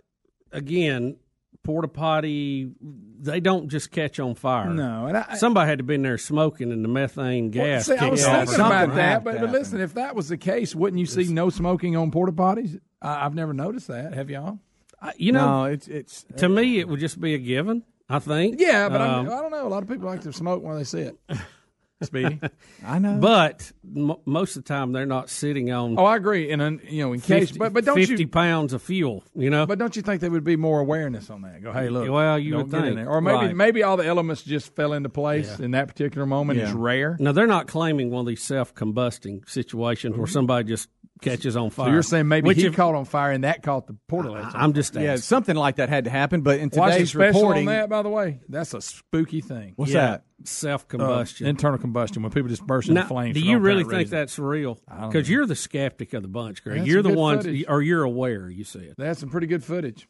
S2: again, porta potty they don't just catch on fire.
S4: No, and I-
S2: somebody had to been there smoking, and the methane gas.
S4: See, I
S2: kicked
S4: was
S2: off or
S4: thinking
S2: something.
S4: about that, but, but listen, if that was the case, wouldn't you see no smoking on porta potties? I, I've never noticed that. Have y'all?
S2: I- you know,
S4: No, it's- it's- uh,
S2: to me it would just be a given. I think.
S4: Yeah, but
S2: Um,
S4: I'm, I don't know. A lot of people like to smoke when they see it. Speedy,
S2: I know. But m- most of the time, they're not sitting on.
S4: Oh, I agree. And uh, you know, in case,
S2: 50
S4: but but don't
S2: 50
S4: you
S2: pounds of fuel? You know,
S4: but don't you think there would be more awareness on that? Go, hey, look.
S2: Well, you
S4: don't
S2: would
S4: get in
S2: think.
S4: there. or maybe
S2: Right.
S4: maybe all the elements just fell into place
S2: Yeah.
S4: in that particular moment. It's rare.
S2: Now they're not claiming one of these self-combusting situations where somebody just catches on fire.
S4: Mm-hmm. So you're saying maybe
S2: Which
S4: he
S2: if-
S4: caught on fire and that caught the portal.
S2: I'm just
S3: yeah,
S2: asking.
S3: something like that had to happen. But in
S4: Watch the
S3: today's
S4: special
S3: reporting,
S4: on that, by the way. That's a spooky thing.
S3: What's Yeah. that?
S2: Self-combustion.
S4: Uh, internal combustion, when people just burst
S2: Now,
S4: into flames.
S2: do
S4: for
S2: you
S4: no apparent
S2: really think
S4: reason.
S2: that's real?
S4: don't
S2: Because you're the skeptic of the bunch, Greg.
S4: That's
S2: you're
S4: some
S2: the
S4: good
S2: one,
S4: footage.
S2: or you're aware. You see it.
S4: They had some pretty good footage.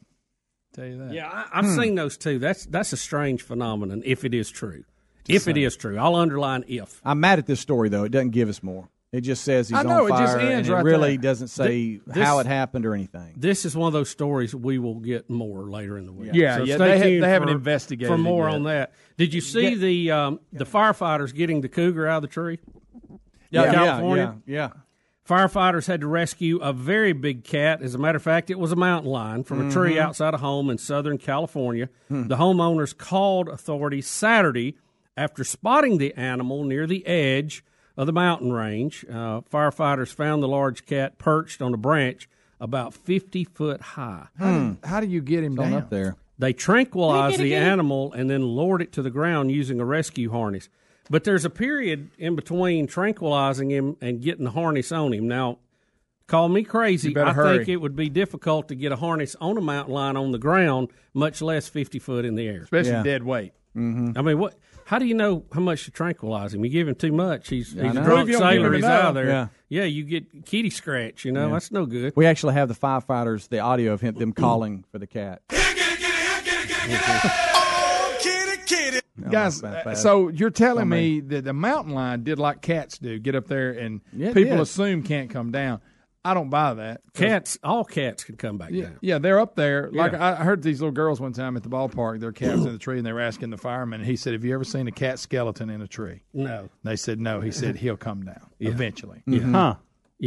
S4: Tell you that.
S2: Yeah, I,
S4: Hmm.
S2: I've seen those too. That's that's a strange phenomenon. If it is true, if
S3: Just
S2: it
S3: saying.
S2: is true, I'll underline if.
S3: I'm mad at this story though. It doesn't give us more. It just says he's
S2: I know,
S3: on
S2: it just
S3: fire,
S2: ends
S3: and it
S2: right
S3: really
S2: there.
S3: doesn't say
S2: Th- this-
S3: how it happened or anything.
S2: This is one of those stories we will get more later in the week.
S3: Yeah,
S2: So
S3: yeah,
S2: stay
S3: they ha-
S2: tuned
S3: they haven't
S2: for-
S3: investigated
S2: for
S3: it
S2: more
S3: yet.
S2: on that. Did you see
S3: Yeah.
S2: the um, the firefighters getting the cougar out of the tree?
S3: Yeah,
S2: in
S3: yeah,
S2: California.
S3: yeah,
S2: Firefighters had to rescue a very big cat. As a matter of fact, it was a mountain lion from a tree
S3: Mhm.
S2: outside a home in Southern California. The homeowners called authorities Saturday after spotting the animal near the edge of the mountain range. Uh, firefighters found the large cat perched on a branch about 50 foot high.
S4: How, did, how do you get him down?
S3: there.
S2: They tranquilized
S4: Get it,
S2: the
S4: get it.
S2: animal and then lowered it to the ground using a rescue harness. But there's a period in between tranquilizing him and getting the harness on him. Now, call me crazy.
S4: You better
S2: I
S4: hurry.
S2: think it would be difficult to get a harness on a mountain lion on the ground, much less 50 foot in the air.
S4: Especially dead weight.
S3: Mm-hmm.
S2: I mean, what? How do you know how much to tranquilize him? You give him too much, he's, he's
S3: Yeah, I
S2: a
S3: know.
S2: drunk
S3: If you don't give
S2: sailor.
S3: him
S2: He's
S3: enough.
S2: out of there.
S3: Yeah.
S2: you get kitty scratch. You know,
S3: Yeah.
S2: that's no good. Mm-hmm.
S3: We actually have the firefighters, the audio of him, them calling for the cat.
S4: Guys,
S3: that's
S4: uh,
S3: bad.
S4: so you're telling
S3: I
S4: me that the mountain lion did like cats do, get up there and
S2: Yeah, it
S4: people
S2: did.
S4: assume can't come down. I don't buy that. 'Cause-
S2: Cats, all cats can come back
S4: Yeah,
S2: down.
S4: yeah, they're up there. Like
S2: Yeah.
S4: I I heard these little girls one time at the ballpark, their cat was in the tree and they were asking the fireman, and he said, Have you ever seen a cat skeleton in a tree?
S2: No.
S4: They said no. He said he'll come down eventually.
S3: Mhm.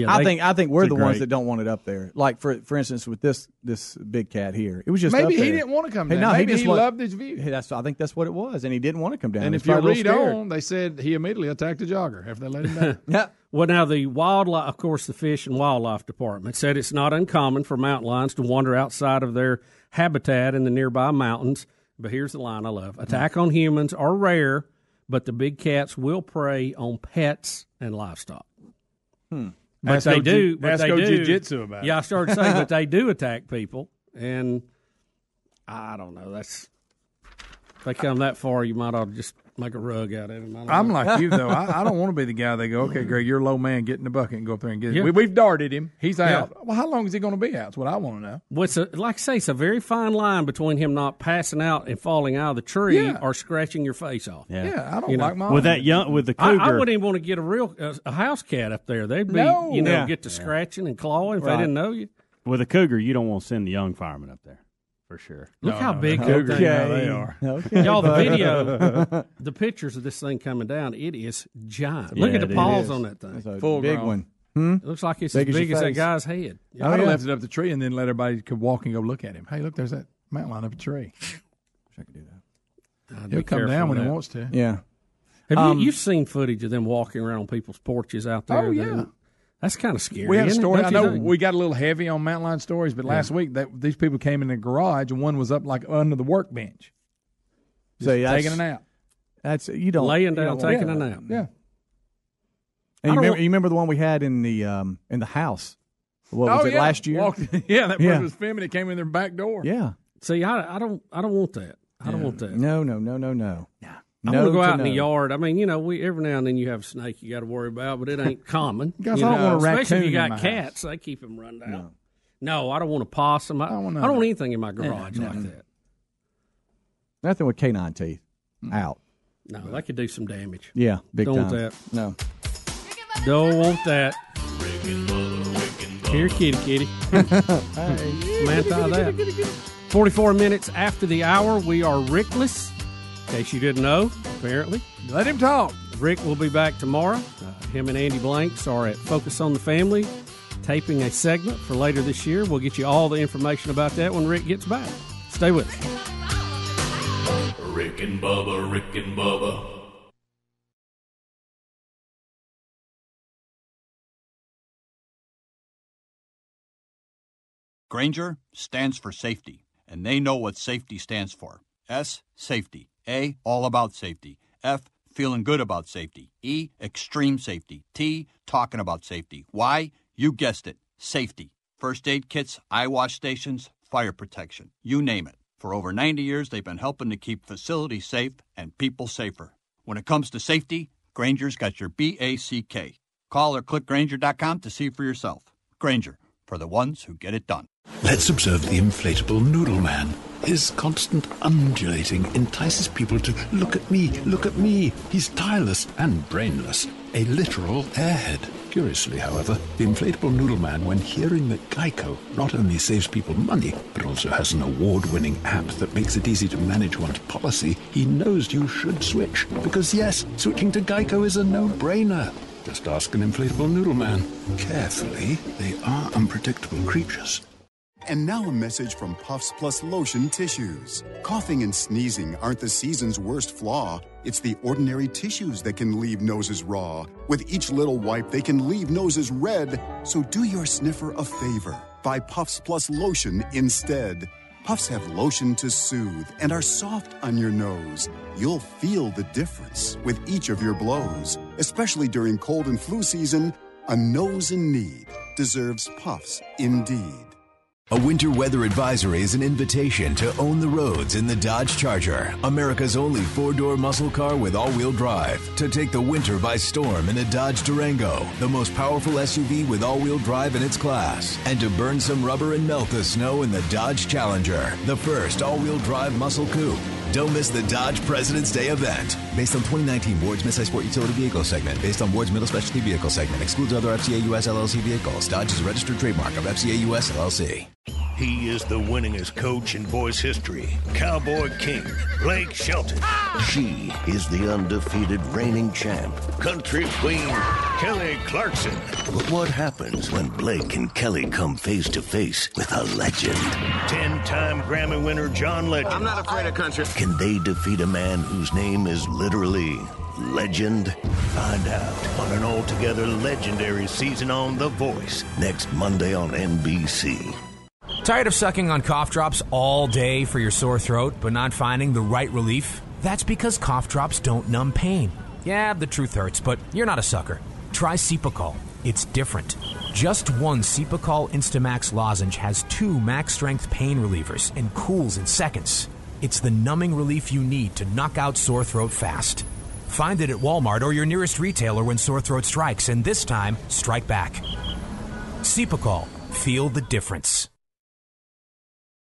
S3: I think I think we're the ones that don't want it up there. Like for for instance, with this this big cat here, it was just
S4: Maybe
S3: up
S4: he
S3: there.
S4: didn't want to come
S3: Hey,
S4: down.
S3: No,
S4: Maybe
S3: he, just
S4: he
S3: wa-
S4: loved his view.
S3: Hey, that's I think that's what it was, and he didn't want to come down.
S4: And
S3: He's
S4: if you
S3: probably a
S4: read
S3: little scared.
S4: on, they said he immediately attacked a jogger after they let him down.
S3: yeah.
S2: Well, now the wildlife, of course, the Fish and Wildlife Department said it's not uncommon for mountain lions to wander outside of their habitat in the nearby mountains. But here's the line I
S4: Mm-hmm.
S2: love: attack on humans are rare, but the big cats will prey on pets and livestock.
S3: Hmm.
S2: But
S4: Ask
S2: they
S4: O-
S2: do.
S4: Ju-
S2: But
S4: ask
S2: they
S4: O
S2: do.
S4: Jiu-Jitsu about it.
S2: Yeah, I started saying, but they do attack people, and I don't know. That's if they come that far, you might ought to just make a rug out of them. I don't
S4: I'm
S2: know.
S4: like you though. I, I don't want to be the guy they go, okay, Greg, you're a low man, get in the bucket and go up there and get it.
S2: Yeah.
S4: We, we've darted him. He's
S2: Yeah.
S4: out. Well, how long is he going to be out? That's what I want to know.
S2: What's a, like I say, it's a very fine line between him not passing out and falling out of the tree
S4: Yeah.
S2: or scratching your face off.
S4: Yeah. Yeah, I don't like my
S6: With that young, with the
S2: I,
S6: cougar,
S2: I wouldn't even want to get a real uh, a house cat up there. They'd be
S6: No.
S2: you know
S6: Yeah.
S2: get to scratching and clawing if
S6: Right.
S2: they didn't know you.
S6: with a cougar, you don't want to send the young fireman up there for sure.
S2: Look how big
S6: cougar
S2: that thing- Y'all, the video, the pictures of this thing coming down, it is giant. Look
S6: Yeah,
S2: at
S6: it
S2: the paws
S6: is.
S2: on that thing.
S6: It's a Full big grown. one.
S4: Hmm?
S2: It looks like it's as big as that guy's head.
S4: I'd have left it up the tree and then let everybody could walk and go look at him. Hey, look, there's that mountain lion up a tree.
S2: I'd
S4: He'll
S2: be
S4: come
S2: careful
S4: down
S2: with
S4: when he
S2: that.
S4: wants to.
S3: Yeah.
S2: Have
S4: Um,
S2: you, you've seen footage of them walking around on people's porches out there? that-
S4: Oh, yeah.
S2: that's kind of scary.
S4: We had a
S2: isn't it?
S4: story. I
S2: Don't
S4: know
S2: you think?
S4: we got a little heavy on mountain lion stories, but
S2: Yeah.
S4: last week that, these people came in the garage and one was up like under the workbench, just
S3: See, that's-
S4: taking a nap.
S3: That's you don't
S2: Laying
S3: you
S2: down,
S3: don't want
S2: taking
S3: that.
S2: a nap.
S4: Yeah.
S3: And
S2: I
S3: you
S2: don't
S3: remember,
S2: want-
S3: you remember the one we had in the um, in the house What was
S4: Oh,
S3: it
S4: yeah.
S3: last year?
S4: Walked- yeah, that
S3: yeah.
S4: was feminine. Came in their back door.
S3: yeah.
S2: See, I, I don't, I don't want that. I don't want that.
S3: No, no, no, no, no. I
S2: I'm gonna go out in the yard. I mean, you know, we every now and then you have a snake you got to worry about, but it ain't common.
S3: Guys,
S2: you
S3: I don't
S2: know,
S3: want a
S2: especially if you
S3: raccoon in
S2: got
S3: my house.
S2: cats. They keep them run down. No. I don't want a possum. I, I don't, want
S3: none of
S2: anything in my garage like that.
S3: Nothing with canine teeth.
S4: Mm.
S3: Out.
S2: No, that could do some damage.
S3: Yeah, big
S2: don't
S3: time.
S2: want that.
S3: No.
S2: Don't want that. Here, kitty, kitty. Samantha, I that. 44 minutes after the hour, we are Rickless. In case you didn't know, apparently. Let him talk. Rick will be back tomorrow. Uh, him and Andy Blanks are at Focus on the Family, taping a segment for later this year. We'll get you all the information about that when Rick gets back. Stay with us.
S16: Rick and Bubba, Rick and Bubba,
S18: Granger stands for safety, and they know what safety stands for. S, safety. A, all about safety. F, feeling good about safety. E, extreme safety. T, talking about safety. Y, you guessed it, safety. First aid kits, eye wash stations, fire protection. You name it. For over 90 years, they've been helping to keep facilities safe and people safer. When it comes to safety, Granger's got your B A C K. Call or click Granger.com to see for yourself. Granger, for the ones who get it done.
S10: Let's observe the inflatable noodle man. His constant undulating entices people to look at me, look at me. He's tireless and brainless, a literal airhead. Curiously, however, the inflatable noodle man, when hearing that Geico not only saves people money, but also has an award winning app that makes it easy to manage one's policy, he knows you should switch. Because, yes, switching to Geico is a no brainer. Just ask an inflatable noodle man. Carefully, they are unpredictable creatures.
S19: And now a message from Puffs Plus Lotion Tissues. Coughing and sneezing aren't the season's worst flaw. It's the ordinary tissues that can leave noses raw. With each little wipe, they can leave noses red. So do your sniffer a favor. Buy Puffs Plus Lotion instead. Puffs have lotion to soothe and are soft on your nose. You'll feel the difference with each of your blows, especially during cold and flu season. A nose in need deserves Puffs indeed.
S7: A winter weather advisory is an invitation to own the roads in the Dodge Charger, America's only four door muscle car with all wheel drive, to take the winter by storm in a Dodge Durango, the most powerful SUV with all wheel drive in its class, and to burn some rubber and melt the snow in the Dodge Challenger, the first all wheel drive muscle coupe. Don't miss the Dodge President's Day event. Based on 2019 Ward's Midsize Sport Utility Vehicle segment, based on Ward's Middle Specialty Vehicle segment, excludes other FCA US LLC vehicles. Dodge is a registered trademark of FCA US LLC.
S20: He is the winningest coach in boys history. Cowboy King, Blake Shelton.
S21: She is the undefeated reigning champ.
S20: Country Queen, Kelly Clarkson.
S21: But what happens when Blake and Kelly come face to face with a legend?
S20: Ten time Grammy winner John Legend. I'm not afraid of country.
S21: Can they defeat a man whose name is literally legend?
S20: Find out on an altogether legendary season on The Voice.
S21: Next Monday on NBC.
S22: Tired of sucking on cough drops all day for your sore throat, but not finding the right relief? That's because cough drops don't numb pain. Yeah, the truth hurts, but you're not a sucker. Try Sepacol. It's different. Just one Sepacol Instamax lozenge has two max strength pain relievers and cools in seconds. It's the numbing relief you need to knock out sore throat fast. Find it at Walmart or your nearest retailer when sore throat strikes, and this time, strike back. Sepacol. Feel the difference.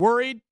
S1: Worried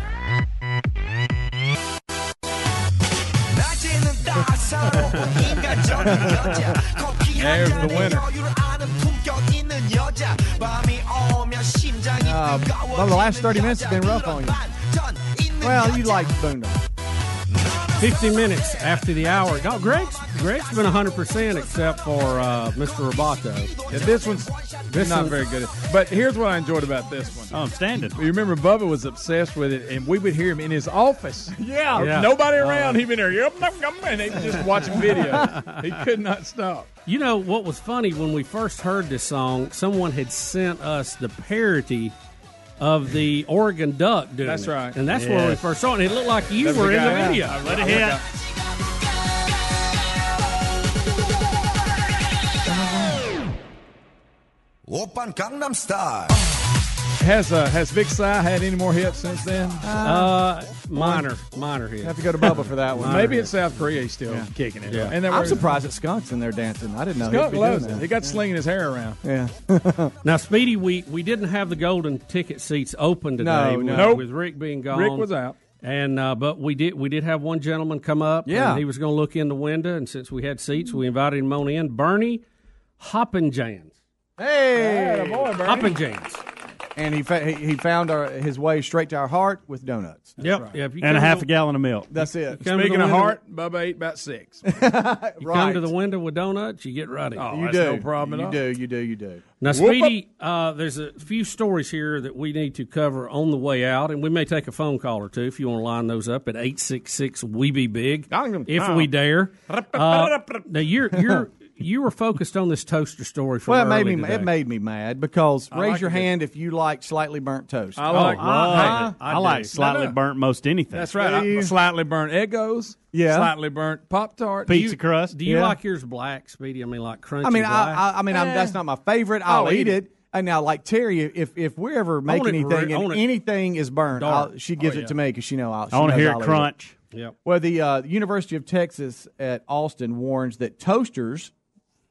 S5: 낮에는 따사로운 인간적인 여자 커피 한
S4: There's the
S5: 잔에
S4: winner.
S5: 여유를 아는 품격 있는
S2: Ah,
S5: 여자 밤이 오면 심장이
S3: Uh, well, the last 30 minutes have been rough on you. Well, you like Boondocks.
S2: 50 minutes after the hour. God, Greg's, Greg's been 100% except for uh, Mr. Roboto.
S4: this one's
S2: This
S4: not
S2: one-
S4: very good. But here's what I enjoyed about this one. Oh, I'm standing. You remember Bubba was obsessed with it, and we would hear him in his office. Uh-huh.
S1: Yeah.
S4: There's
S2: Yeah.
S4: Nobody
S2: Oh.
S4: around. He'd been there. Yep, yep, yep, and he'd just watching video. he could not stop.
S2: You know what was funny when we first heard this song? Someone had sent us the parody of the Oregon Duck doing
S4: That's
S2: it.
S4: right.
S2: and that's where we
S4: Yes.
S2: first saw it. And it looked like you
S4: That's
S2: were
S4: the
S2: in the
S4: guy.
S2: video.
S4: Yeah. Let it hit.
S5: 오빤 강남 스타일
S4: Has uh, has Vic Si had any more hits since then?
S2: Uh, minor, minor hit.
S3: Have to go to Bubba for that one.
S4: Maybe in South Korea he's still kicking it.
S3: Yeah.
S4: And there
S3: I'm
S4: were-
S3: surprised that Skunk's in there dancing. I didn't know
S4: Skunk
S3: he was
S4: loves it. He got slinging his hair around.
S3: Yeah.
S2: now, Speedy, we, we didn't have the golden ticket seats open today.
S3: No,
S2: with,
S3: no. Nope.
S2: with Rick being gone.
S4: Rick was out.
S2: And uh, but we did we did have one gentleman come up.
S4: Yeah.
S2: and he was going to look in the window, and since we had seats, we invited him on in. Bernie Hoppenjans.
S3: Hey,
S2: Hoppenjans.
S3: And he fa- he, he found our, his way straight to our heart with donuts.
S2: Yep. yep. You
S6: and
S2: come
S6: a half
S2: to-
S6: a gallon of milk.
S3: That's it.
S2: come to
S4: Speaking
S2: the
S4: of
S2: window-
S4: heart, Bubba ate about six.
S2: You come to the window with donuts, you get right in.
S4: Oh, that's no problem at
S3: You
S4: all.
S3: do. You do. You do.
S2: Now,
S3: Whoop
S2: Speedy, uh, there's a few stories here that we need to cover on the way out, and we may take a phone call or two if you want to line those up at eight six six we be big if we dare. Uh, now you're you're you were focused on this toaster story from
S3: Well, it made
S2: early
S3: me
S2: today.
S3: it made me mad because
S2: I
S3: raise
S2: like
S3: your
S2: it.
S3: hand if you like slightly burnt toast.
S4: I like-
S6: Oh, I,
S4: I- I
S6: like
S4: do.
S6: slightly
S4: No, no.
S6: burnt most anything.
S4: That's right. I- slightly burnt Eggos.
S6: Yeah.
S4: Slightly burnt Pop Tart.
S6: Pizza crust.
S2: Do you
S6: Yeah.
S2: like yours black, Speedy? I mean, like crunchy.
S3: I mean,
S2: black?
S3: I, I, I mean,
S4: Eh.
S3: I'm, that's not my favorite. I'll, eat it. And now, like Terry, if if we're ever making
S2: want it
S3: anything
S2: re- I
S3: and
S2: want it
S3: anything is burnt,
S2: dark.
S3: I'll, she gives
S2: Oh,
S3: it
S2: yeah.
S3: to me because she know I'll.
S6: I wanna
S3: she knows
S6: hear it
S3: I'll eat
S6: crunch. Yep.
S3: Well, the uh, University of Texas at Austin warns that toasters,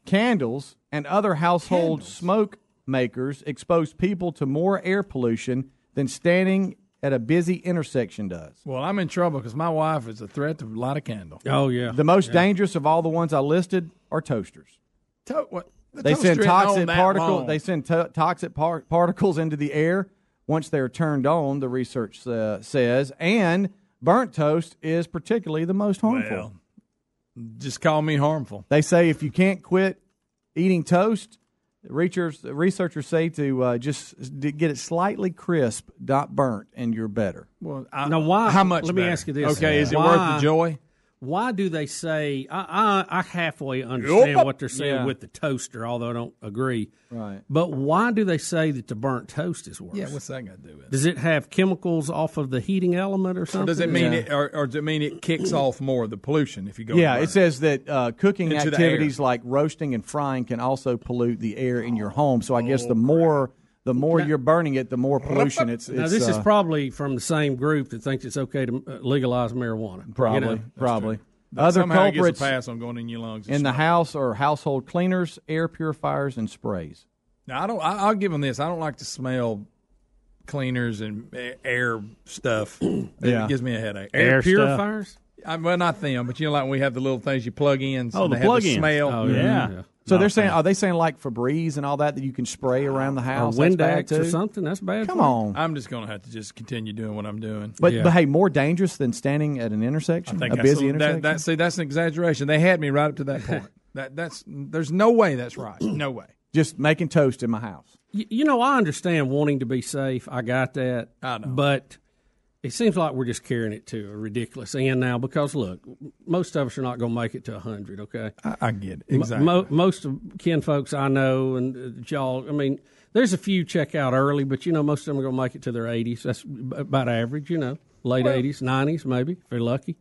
S3: candles, and other household smoke makers expose people to more air pollution than standing at a busy intersection does.
S4: Well, I'm in trouble because my wife is a threat to light a candle.
S3: The most dangerous of all the ones I listed are toasters.
S4: To- what- the
S3: they
S4: toaster
S3: send
S4: isn't on
S3: toxic
S4: that
S3: particles.
S4: long.
S3: They send to- toxic par- particles into the air once they are turned on. The research uh, says, and burnt toast is particularly the most harmful.
S4: Well, just call me harmful.
S3: They say if you can't quit eating toast, researchers researchers say to uh, just s- d- get it slightly crisp, not burnt, and you're better.
S4: Well, I,
S2: now why?
S4: How much?
S2: Let me
S4: better?
S2: ask you this.
S4: Okay, is it
S2: Why-
S4: worth the joy?
S2: why do they say I, I, I halfway understand
S6: Yup.
S2: what they're saying
S6: Yeah.
S2: with the toaster, although I don't agree.
S3: Right.
S2: But why do they say that the burnt toast is worse?
S4: Yeah, what's that got to do with?
S2: Does it have chemicals off of the heating element or something?
S4: Does it mean it, or, or does it mean it kicks off more the pollution if you go?
S3: yeah,
S4: burn
S3: it says that uh, cooking
S4: Into the air.
S3: activities like roasting and frying can also pollute the air in your home. So I guess
S4: Oh,
S3: the more the more you're burning it, the more pollution. It's, it's
S2: now this is
S3: uh,
S2: probably from the same group that thinks it's okay to uh, legalize marijuana. you
S3: Probably,
S2: know?
S3: probably.
S2: That's
S3: Other
S2: somehow it gets a
S3: culprits
S2: pass
S4: on going in your lungs and
S3: in the house or household cleaners, air purifiers, and sprays.
S4: Now I don't. I, I'll give them this. I don't like to smell cleaners and a- air stuff.
S3: Yeah.
S4: It gives me a headache.
S2: Air Air purifiers?
S4: I, well, not them, but you know, like when we have the little things you plug in.
S3: Oh,
S4: and they
S3: the
S4: have
S3: plug-ins.
S4: smell.
S3: Oh, yeah. Yeah. So they're saying, are they saying like Febreze and all that that you can spray around the house, That's bad, too?
S2: That's bad.
S3: Come for you. on.
S4: I'm just gonna have to just continue doing what I'm doing.
S3: But, but hey, more dangerous than standing at an intersection,
S4: Think
S3: a
S4: that's
S3: busy
S4: that-
S3: intersection.
S4: That, see, that's an exaggeration. They had me right up to that point. that that's there's no way that's right. No way.
S3: Just making toast in my house.
S2: Y- You know, I understand wanting to be safe. I got that. I know. But it seems like we're just carrying it to a ridiculous end now because, look, most of us are not going to make it to 100, okay?
S4: I, I get it.
S2: Mo-
S4: Exactly.
S2: Mo- most of kin folks I know and uh, that y'all, I mean, there's a few check out early, but, you know, most of them are going to make it to their 80s. That's b- about average, you know, late
S4: Well-
S2: 80s, 90s, maybe, if they're lucky.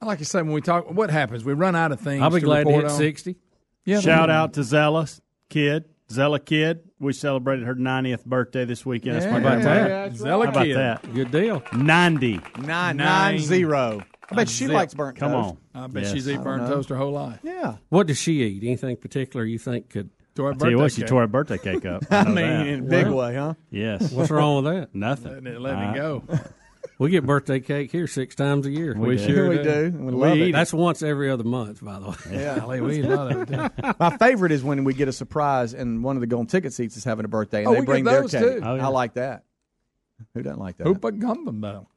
S4: Like you said, when we talk, what happens? We run out of things.
S2: I'll be
S4: to
S2: glad to
S4: report
S2: hit
S4: on.
S2: 60.
S4: Yeah,
S6: Shout
S4: they-
S6: out to Zella Kid. Zella Kid. We celebrated her 90th birthday this weekend. That's my
S2: Yeah,
S6: grandmother.
S2: that's right. Zella
S6: How about
S2: Kid.
S6: that?
S2: Good deal.
S6: 90.
S3: Nine, nine zero. I bet she
S4: Zip.
S3: likes burnt
S6: Come
S3: toast.
S6: on.
S4: I bet she's eaten burnt toast her whole life.
S3: Yeah.
S2: What does she eat? Anything particular you think could.
S4: Tore
S6: Tell you what, she tore her birthday cake up.
S2: I
S6: know
S2: mean,
S6: that.
S2: in a big Well, way, huh?
S6: Yes.
S2: What's wrong with that?
S6: Nothing.
S4: Letting it- letting it go.
S2: We get birthday cake here six times a year.
S6: We We do. sure We do. do,
S3: and we love it.
S2: That's once every other month, by the way.
S3: My favorite is when we get a surprise and one of the golden ticket seats is having a birthday and
S4: Oh,
S3: they
S4: we
S3: bring
S4: get
S3: their
S4: those,
S3: cake.
S4: too. Oh, yeah.
S3: I like that. Who doesn't like that?
S4: Who but Gumbam though?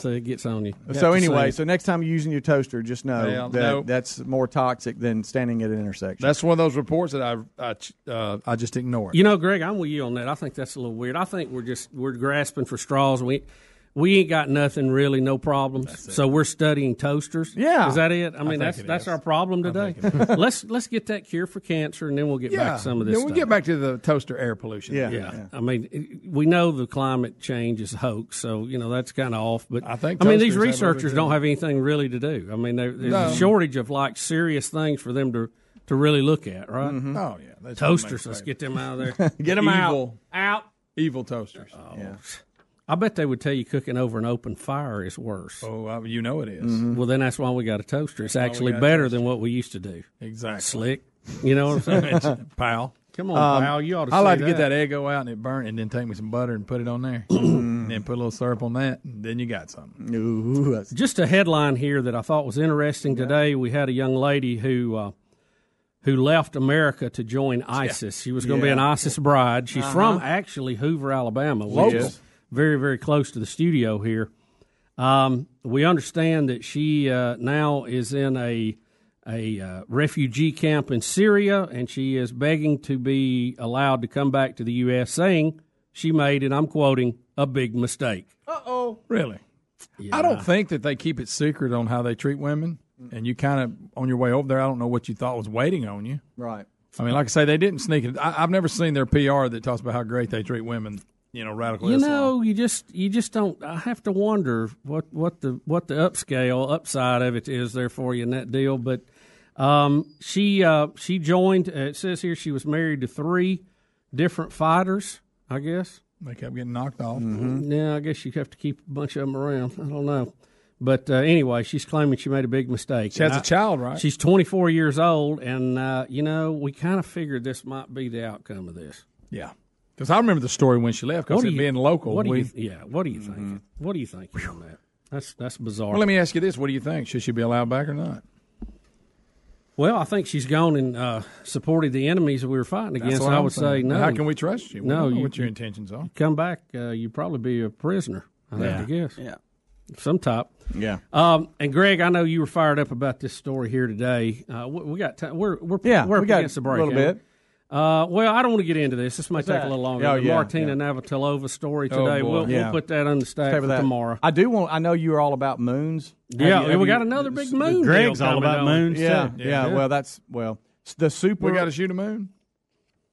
S2: so it gets on you.
S3: So anyway, so next time you're using your toaster, just know
S4: Yeah,
S3: that
S4: no.
S3: that's more toxic than standing at an intersection.
S4: That's one of those reports that I I, ch- uh, I just ignore.
S2: You know, Greg, I'm with you on that. I think that's a little weird. I think we're just we're grasping for straws. We we ain't got nothing really, no problems. So we're studying toasters.
S6: Yeah.
S2: is that it? I
S6: I
S2: mean,
S6: think
S2: that's
S6: it
S2: that's
S6: is.
S2: our problem today. let's let's get that cure for cancer, and then we'll get back to some of this.
S4: Then we
S2: stuff.
S4: get back to the toaster air pollution.
S2: Yeah. I mean, it- we know the climate change is a hoax, so you know that's kind of off. But I
S4: think
S2: I mean, these
S4: toasters have everything.
S2: researchers don't have anything really to do. I mean, there, there's
S4: No.
S2: a shortage of like serious things for them to to really look at, right?
S4: Mhm. Oh, yeah. That's
S2: toasters.
S4: what makes
S2: Let's
S4: it
S2: get them out of there.
S4: better. Get 'em
S2: Evil.
S4: out. Out. Evil toasters.
S2: Yeah. I bet they would tell you cooking over an open fire is worse.
S4: Oh, uh, you know it is.
S2: Well, then that's why we got a toaster. It's
S4: That's why we
S2: actually
S4: got a
S2: better than what we used to do.
S4: Exactly.
S2: Slick. You know what I'm saying?
S4: pal. Um,
S2: Come on, pal. You ought to
S4: I like
S2: say
S4: to get
S2: that.
S4: that egg out and it burn, and then take me some butter and put it on there, and then put a little syrup on that, and then you got something.
S2: Just a headline here that I thought was interesting today. We had a young lady who uh, who left America to join ISIS. She was going to be
S6: Yeah.
S2: an ISIS bride. She's
S6: Uh-huh.
S2: from actually Hoover, Alabama, which
S6: Local.
S2: is very very close to the studio here. Um, we understand that she uh, now is in a a uh, refugee camp in Syria, and she is begging to be allowed to come back to the U.S., saying she made, and I'm quoting, a big mistake. Uh-huh.
S4: Uh oh. Really? I don't think that they keep it secret on how they treat women, and you kind of on your way over there. I don't know what you thought was waiting on you.
S3: Right.
S4: I mean, like I say, they didn't sneak it. I, I've never seen their PR that talks about how great they treat women. You know, radical
S2: you
S4: Islam.
S2: know you just you just don't i have to wonder what what the what the upscale upside of it is there for you in that deal but um she uh she joined uh, it says here she was married to three different fighters i guess Mm-hmm.
S4: They kept getting knocked off.
S2: yeah i guess you have to keep a bunch of them around i don't know but uh, anyway she's claiming she made a big mistake
S4: She has
S2: And
S4: a
S2: I-
S4: child, right?
S2: she's 24 years old and uh, you know we kind of figured this might be the outcome of this
S4: Yeah. Because I remember the story when she left. Because
S2: What do
S4: it
S2: you-
S4: being local,
S2: what do
S4: we- Mm-hmm.
S2: you, yeah what do you think what do you think on that that's that's bizarre
S4: Well, let me ask you this: What do you think? Should she be allowed back or not?
S2: Well, I think she's gone and uh, supported the enemies that we were fighting
S4: That's
S2: against.
S4: what
S2: I
S4: I'm
S2: would say
S4: saying.
S2: no.
S4: How can we trust you? We
S2: no,
S4: don't know
S2: you,
S4: what your
S2: you
S4: intentions are.
S2: Come back, uh, you'd probably be a prisoner. I would have to guess.
S6: Yeah.
S2: Some type.
S3: Yeah.
S2: Um, and Greg, I know you were fired up about this story here today. Uh, we, we got time. We're we're
S3: Yeah,
S2: we're
S3: we
S2: up
S3: got
S2: against the break
S3: a little
S2: haven't
S3: bit.
S2: we? Uh, well, I don't want to get into this. This may
S3: What's
S2: take
S3: that?
S2: a little longer.
S3: Oh,
S2: the
S3: yeah,
S2: Martina Navratilova story
S3: Oh,
S2: today.
S3: boy.
S2: we'll,
S3: Yeah.
S2: we'll put that on the stack
S3: Stay
S2: for
S3: with that.
S2: tomorrow.
S3: I do want. I know you are all about moons. Have
S2: Yeah,
S3: you-
S2: and
S3: have
S2: we
S3: you-
S2: got another big moon.
S3: Greg's
S2: deal
S3: all
S2: coming
S3: about
S2: on.
S3: moons, Yeah, too. yeah, well, that's- well, s- the super.
S4: We got to shoot a moon.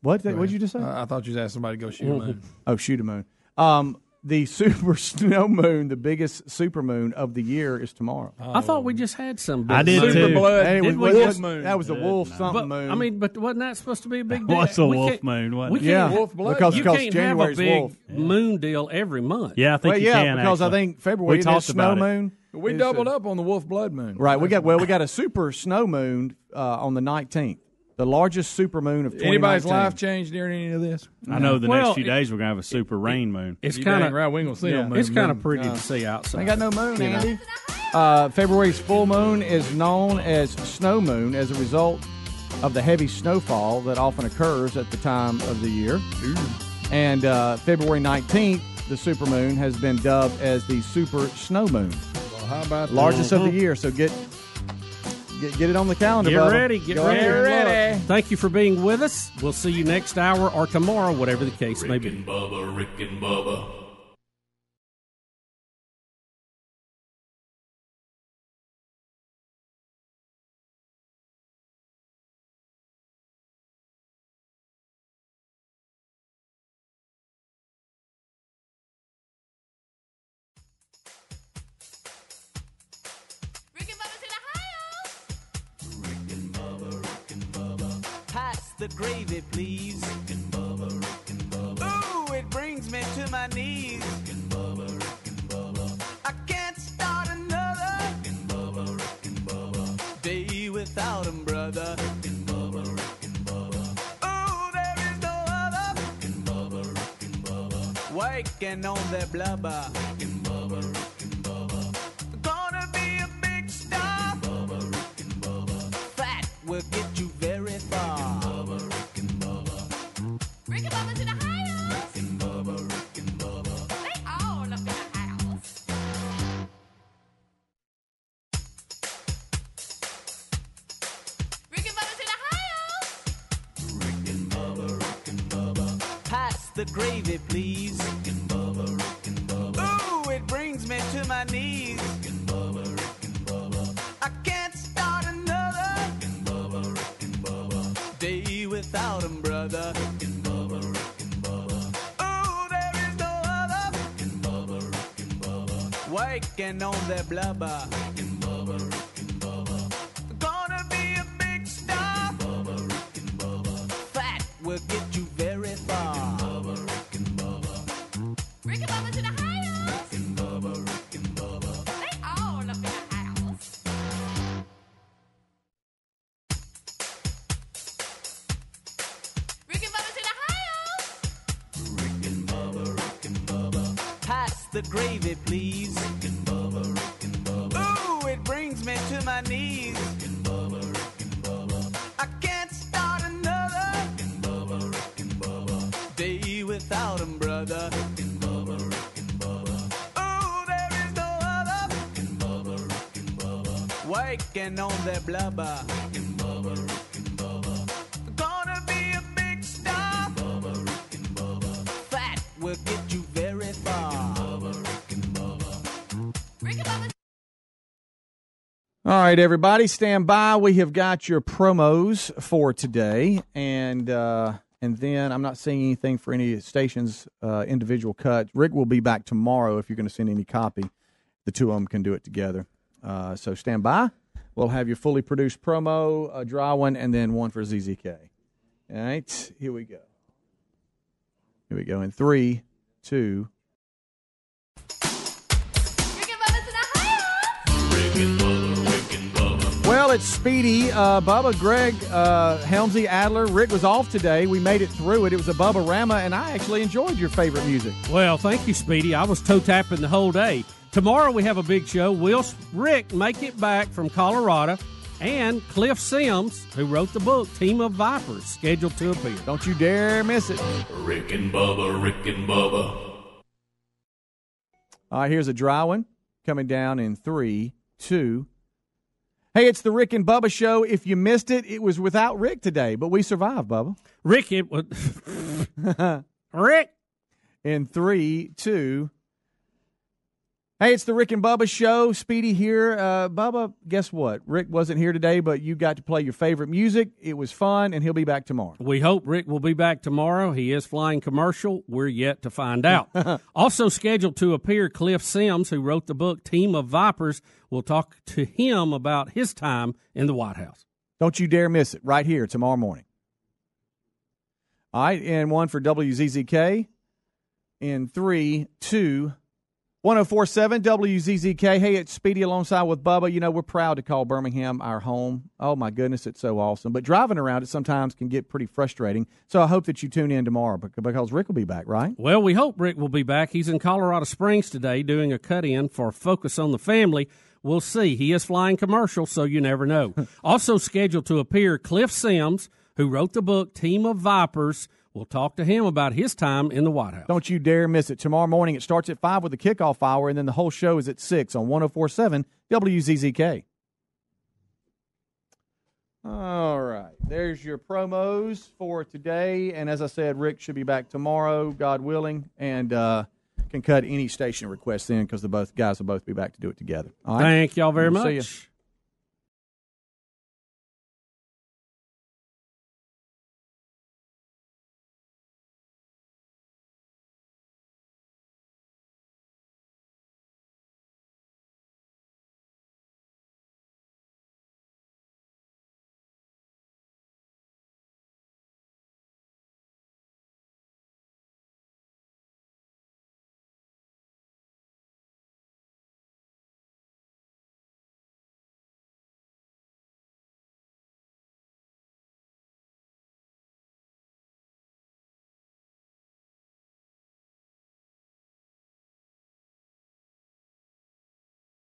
S3: What? What would you just say?
S4: I, I thought you was asking somebody to go shoot a moon.
S3: Oh, shoot a moon. Um, the super snow moon, the biggest super moon of the year, is tomorrow.
S4: Oh.
S2: I thought we just had some.
S3: I
S2: big
S3: did,
S2: moon.
S3: too. Super blood. Hey, it was
S2: Didn't
S3: wolf
S2: just-
S3: moon. That was the Good wolf night. something
S2: But,
S3: moon.
S2: I mean, but wasn't that supposed to be a big?
S6: What's
S2: deal?
S6: a
S2: We
S6: wolf
S2: can't-
S6: moon, wasn't
S2: we
S6: it?
S2: can't,
S6: Yeah,
S3: wolf blood. because-
S2: you
S3: because
S2: can't have a
S3: January's
S2: big
S3: wolf.
S2: moon deal every month.
S3: Yeah, I think Well, you yeah, can, because I actually. think February
S4: We
S3: it
S4: talked
S3: is snow
S4: about it.
S3: moon.
S4: We
S3: It's,
S4: doubled up on the wolf blood moon.
S3: Right. We got well. We got a super snow moon uh, on the nineteenth, the largest super moon of 2019.
S4: Anybody's life changed during any of this?
S6: I know the
S3: Well,
S6: next few
S3: it-
S6: days we're gonna have a super rain moon.
S2: It's
S4: You
S2: kind
S4: dang
S2: of
S4: right, we ain't gonna see no moon.
S2: It's kind
S4: Moon.
S2: of pretty
S4: Uh,
S2: to see outside.
S3: Ain't got no moon,
S2: You know.
S3: Andy. Uh, February's full moon is known as snow moon as a result of the heavy snowfall that often occurs at the time of the year. And uh, February 19th, the supermoon has been dubbed as the super snow moon.
S4: Well, how about
S3: Largest of the
S4: Mhm.
S3: year, so get get, get it on the calendar.
S2: Get
S3: brother.
S2: ready. Get
S3: Go
S2: ready.
S3: ahead and look.
S2: Thank you for being with us. We'll see you next hour or tomorrow, whatever the case may be.
S16: Bubba, Rick and Bubba.
S8: Pass the gravy, please. Rick and Bubba, Rick and Bubba. Ooh, it brings me to my knees. Rick and Bubba, Rick and Bubba. I can't start another. Rick and Bubba, Rick and Bubba. Day without 'em, brother. Rick and Bubba, Rick and Bubba. Ooh, there is no other. Rick and Bubba, Rick and Bubba. Waking on their blubber. Rick and Bubba, Rick and Bubba. Gonna be a big star. Rick and Bubba, Rick and Bubba. Fat will get you very far.
S9: Rick and Bubba's in the house. Rick and Bubba, Rick and Bubba. They all up in the house. Rick and Bubba's in the house.
S8: Pass the gravy, please. Rick and Bubba, Rick and Bubba. Ooh, it brings me to my knees. Rick and Bubba, Rick and Bubba. I can't start another. Rick and Bubba, Rick and Bubba. Day without 'em, brother. Rick and Bubba, Rick and Bubba. Ooh, there is no other. Rick and Bubba, Rick and Bubba. Waking on their blubber. Rick and Bubba, Rick and Bubba. Gonna be a big star. Rick and Bubba, Rick and Bubba. Fat will get you very far.
S9: Rick and Bubba's in the house. Rick and Bubba, Rick and Bubba. They all up in the house. Rick and Bubba's in the house.
S8: Pass the gravy, please. Rick and Bubba, Rick and Bubba. Ooh, it brings me to my knees. Rick and Bubba, Rick and Bubba. I can't start another. Rick and Bubba, Rick and Bubba. Day without 'em, brother. Rick and Bubba, Rick and Bubba. Ooh, there is no other. Rick and Bubba, Rick and Bubba. Waking on their blubber. Rick and Bubba, Rick and Bubba. Gonna be a big star. Rick and Bubba, Rick and Bubba. Fat will get you very far.
S3: All right, everybody, stand by. We have got your promos for today, and uh, and then I'm not seeing anything for any stations uh, individual cut. Rick will be back tomorrow if you're going to send any copy. The two of them can do it together. Uh, so stand by. We'll have your fully produced promo, a dry one, and then one for ZZK. All right, here we go. Here we go in three, two. Well, it's Speedy, uh, Bubba, Greg, uh, Helmsy, Adler. Rick was off today. We made it through it. It was a Bubba Rama, and I actually enjoyed your favorite music.
S2: Well, thank you, Speedy. I was toe tapping the whole day. Tomorrow we have a big show. Will S- Rick make it back from Colorado? And Cliff Sims, who wrote the book Team of Vipers, scheduled to appear.
S3: Don't you dare miss it.
S16: Rick and Bubba, Rick and Bubba.
S3: All right, here's a dry one coming down in three, two. Hey, it's the Rick and Bubba show. If you missed it, it was without Rick today, but we survived, Bubba.
S2: Rick, it was Rick.
S3: In three, two. Hey, it's the Rick and Bubba show. Speedy here. Uh, Bubba, guess what? Rick wasn't here today, but you got to play your favorite music. It was fun, and he'll be back tomorrow.
S2: We hope Rick will be back tomorrow. He is flying commercial. We're yet to find out. also scheduled to appear, Cliff Sims, who wrote the book Team of Vipers, will talk to him about his time in the White House.
S3: Don't you dare miss it right here tomorrow morning. All right, and one for WZZK in three, two, 1047 WZZK. Hey, it's Speedy alongside with Bubba. You know, we're proud to call Birmingham our home. Oh, my goodness, it's so awesome. But driving around it sometimes can get pretty frustrating. So I hope that you tune in tomorrow bec- because Rick will be back, right?
S2: Well, we hope Rick will be back. He's in Colorado Springs today doing a cut in for Focus on the Family. We'll see. He is flying commercial, so you never know. also scheduled to appear, Cliff Sims, who wrote the book Team of Vipers. We'll talk to him about his time in the White House.
S3: Don't you dare miss it. Tomorrow morning it starts at 5 with the kickoff hour, and then the whole show is at 6 on 1047 WZZK. All right. There's your promos for today. And as I said, Rick should be back tomorrow, God willing, and uh, can cut any station requests in because the both guys will both be back to do it together. All right?
S2: Thank y'all very
S3: We'll see
S2: much.